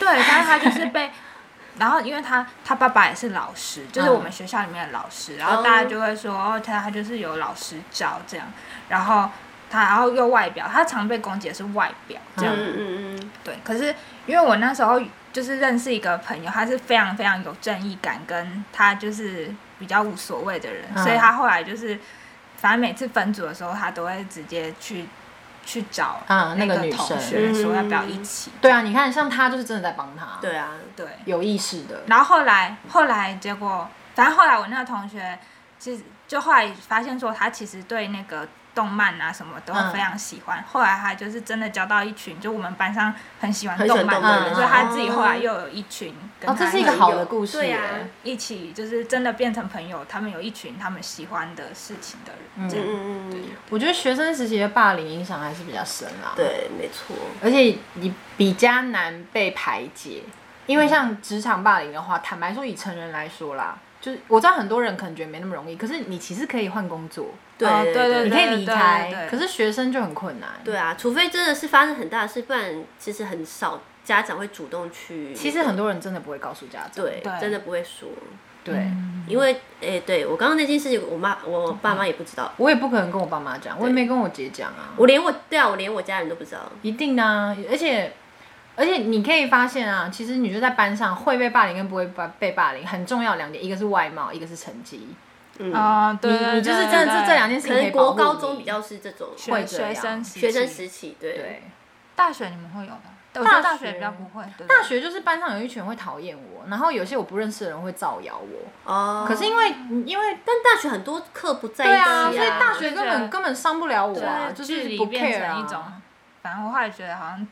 [SPEAKER 2] 对，但是他就是被。 [LAUGHS] 然后，因为他他爸爸也是老师，就是
[SPEAKER 1] 嗯
[SPEAKER 2] 我们学校里面的老师，然后大家就会说，哦，他他就是有老师照这样，然后他然后又外表，他常被攻击的是外表这样，
[SPEAKER 3] 嗯嗯嗯
[SPEAKER 2] 对，可是因为我那时候就是认识一个朋友，他是非常非常有正义感，跟他就是比较无所谓的人，
[SPEAKER 1] 嗯
[SPEAKER 2] 所以他后来就是，反正每次分组的时候，他都会直接去去找
[SPEAKER 1] 啊那
[SPEAKER 2] 那
[SPEAKER 1] 个女
[SPEAKER 2] 同
[SPEAKER 1] 生
[SPEAKER 2] 学说要不要一起。
[SPEAKER 1] 对啊，你看像他就是真的在帮他，
[SPEAKER 3] 嗯，，对啊，
[SPEAKER 2] 对，
[SPEAKER 1] 有意识的，
[SPEAKER 2] 然后后来后来结果，反正后来我那个同学其实就后来发现说，他其实对那个。动漫啊，什么都
[SPEAKER 1] 嗯
[SPEAKER 2] 非常喜欢。后来他就是真的交到一群，就我们班上很喜欢
[SPEAKER 3] 很喜
[SPEAKER 2] 动
[SPEAKER 3] 欢
[SPEAKER 2] 漫
[SPEAKER 3] 动
[SPEAKER 2] 的
[SPEAKER 1] 漫
[SPEAKER 2] 人，
[SPEAKER 1] 的哦
[SPEAKER 2] 所以他
[SPEAKER 3] 人
[SPEAKER 2] 自己后来又有一群跟他
[SPEAKER 1] 哦，这是一
[SPEAKER 2] 很
[SPEAKER 1] 个好的故事，
[SPEAKER 3] 对啊
[SPEAKER 1] 哎
[SPEAKER 2] 一起就是真的变成朋友，他们有一群他们喜欢的事情的人，这
[SPEAKER 3] 嗯
[SPEAKER 2] 样
[SPEAKER 3] 嗯嗯，
[SPEAKER 1] 我觉得学生时期的霸凌影响还是比较深啊，，
[SPEAKER 3] 对，没错，
[SPEAKER 1] 而且你比较难被排解，因为像职场霸凌的话，坦白说，以成人来说啦，就是我知道很多人可能觉得没那么容易，可是你其实可以换工作，
[SPEAKER 2] 哦对
[SPEAKER 3] 对
[SPEAKER 2] 对
[SPEAKER 1] 你
[SPEAKER 3] 对
[SPEAKER 1] 可以离
[SPEAKER 2] 对对
[SPEAKER 1] 开，
[SPEAKER 2] 对
[SPEAKER 1] 可是学生就很困难，
[SPEAKER 3] 对啊，除非真的是发生很大的事，不然其实很少家长会主动去。
[SPEAKER 1] 其实很多人真的不会告诉家长，
[SPEAKER 3] 对嗯
[SPEAKER 2] 对，
[SPEAKER 3] 真的不会说，
[SPEAKER 1] 对。
[SPEAKER 3] 因为诶，对我刚刚那件事情，我妈我爸妈也不知道，
[SPEAKER 1] 我也不可能跟我爸妈讲，我也没跟我姐讲啊。
[SPEAKER 3] 我连我对啊，我连我家人都不知道。
[SPEAKER 1] 一定的啊，而且而且你可以发现啊，其实女生在班上会被霸凌跟不会被被霸凌很重要两点，一个是外貌，一个是成绩。
[SPEAKER 3] 嗯，
[SPEAKER 2] 哦，对
[SPEAKER 1] 你你就是真的这这两件事
[SPEAKER 3] 可
[SPEAKER 1] 情以
[SPEAKER 3] 能国
[SPEAKER 1] 保护
[SPEAKER 3] 高
[SPEAKER 1] 你
[SPEAKER 3] 中比较是这种
[SPEAKER 1] 会
[SPEAKER 2] 学
[SPEAKER 1] 这
[SPEAKER 2] 学生时
[SPEAKER 1] 样
[SPEAKER 2] 期
[SPEAKER 3] 学生时期，对
[SPEAKER 1] 对。
[SPEAKER 2] 大学你们会有吗？我觉得大学比较不会，对
[SPEAKER 1] 大学就是班上有一群会讨厌我，然后有些我不认识的人会造谣我。
[SPEAKER 3] 哦。
[SPEAKER 1] 可是因为因为
[SPEAKER 3] 但大学很多课不在一
[SPEAKER 1] 对
[SPEAKER 3] 起
[SPEAKER 1] 啊，所以大
[SPEAKER 2] 就
[SPEAKER 1] 学
[SPEAKER 2] 是
[SPEAKER 1] 根本根本伤不了我啊，就
[SPEAKER 2] 距
[SPEAKER 1] 是
[SPEAKER 2] 离
[SPEAKER 1] 不
[SPEAKER 2] 变
[SPEAKER 1] care
[SPEAKER 2] 成
[SPEAKER 1] 啊
[SPEAKER 2] 一种，反正我后来觉得好像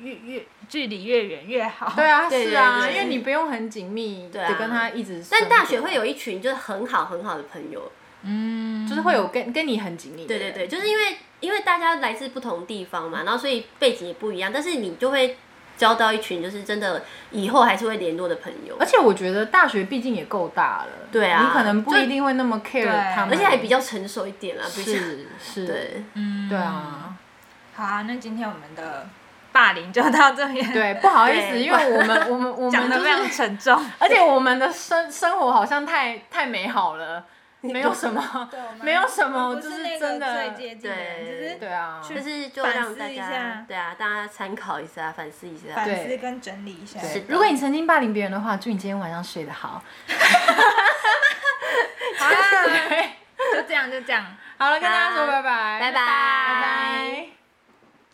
[SPEAKER 2] 越越距离越远越好。
[SPEAKER 1] 对啊，
[SPEAKER 3] 对
[SPEAKER 1] 是啊，
[SPEAKER 3] 哦对对
[SPEAKER 1] 因为你不用很紧密
[SPEAKER 3] 对啊
[SPEAKER 1] 的跟他一直生活，
[SPEAKER 3] 但大学会有一群就是很好很好的朋友，
[SPEAKER 2] 嗯，
[SPEAKER 1] 就是会有跟跟你很紧密的
[SPEAKER 3] 对对
[SPEAKER 1] 人，
[SPEAKER 3] 对，就是因为因为大家来自不同地方嘛，然后所以背景也不一样，但是你就会交到一群就是真的以后还是会联络的朋友
[SPEAKER 1] 而，且我觉得大学毕竟也够大了，
[SPEAKER 3] 对啊
[SPEAKER 1] 你可能不一定会那么 care
[SPEAKER 2] 对
[SPEAKER 1] 他们，
[SPEAKER 3] 而且还比较成熟一点啦，比较
[SPEAKER 1] 是是，
[SPEAKER 3] 对，
[SPEAKER 2] 嗯，
[SPEAKER 1] 对。啊，
[SPEAKER 2] 好啊，那今天我们的霸凌就到这边，，
[SPEAKER 1] 对，不好意思，
[SPEAKER 3] 对
[SPEAKER 1] 因为我们我们我
[SPEAKER 2] 讲
[SPEAKER 1] 们
[SPEAKER 2] 的
[SPEAKER 1] 就
[SPEAKER 2] 非常
[SPEAKER 1] 是，
[SPEAKER 2] 沉重。
[SPEAKER 1] 而且我们的生生活好像太太美好了，没有什么， [LAUGHS] 没有什么，就真
[SPEAKER 2] 近
[SPEAKER 1] 的，
[SPEAKER 3] 的人对只是
[SPEAKER 1] 对啊，
[SPEAKER 3] 但是就
[SPEAKER 2] 反
[SPEAKER 3] 让
[SPEAKER 2] 思
[SPEAKER 3] 大
[SPEAKER 2] 一
[SPEAKER 3] 家
[SPEAKER 2] 下
[SPEAKER 3] 对啊，大家参考一下，反思一下
[SPEAKER 2] 反，
[SPEAKER 1] 对
[SPEAKER 2] 思跟整理一下。
[SPEAKER 1] 对
[SPEAKER 3] 是的
[SPEAKER 1] 如果你曾经霸凌别人的话，祝你今天晚上睡得好。 [LAUGHS]
[SPEAKER 2] 好啊啦，就这样，就这样。
[SPEAKER 1] 好了，跟大家说
[SPEAKER 3] 好
[SPEAKER 1] 拜拜，
[SPEAKER 3] 拜拜
[SPEAKER 1] 拜拜。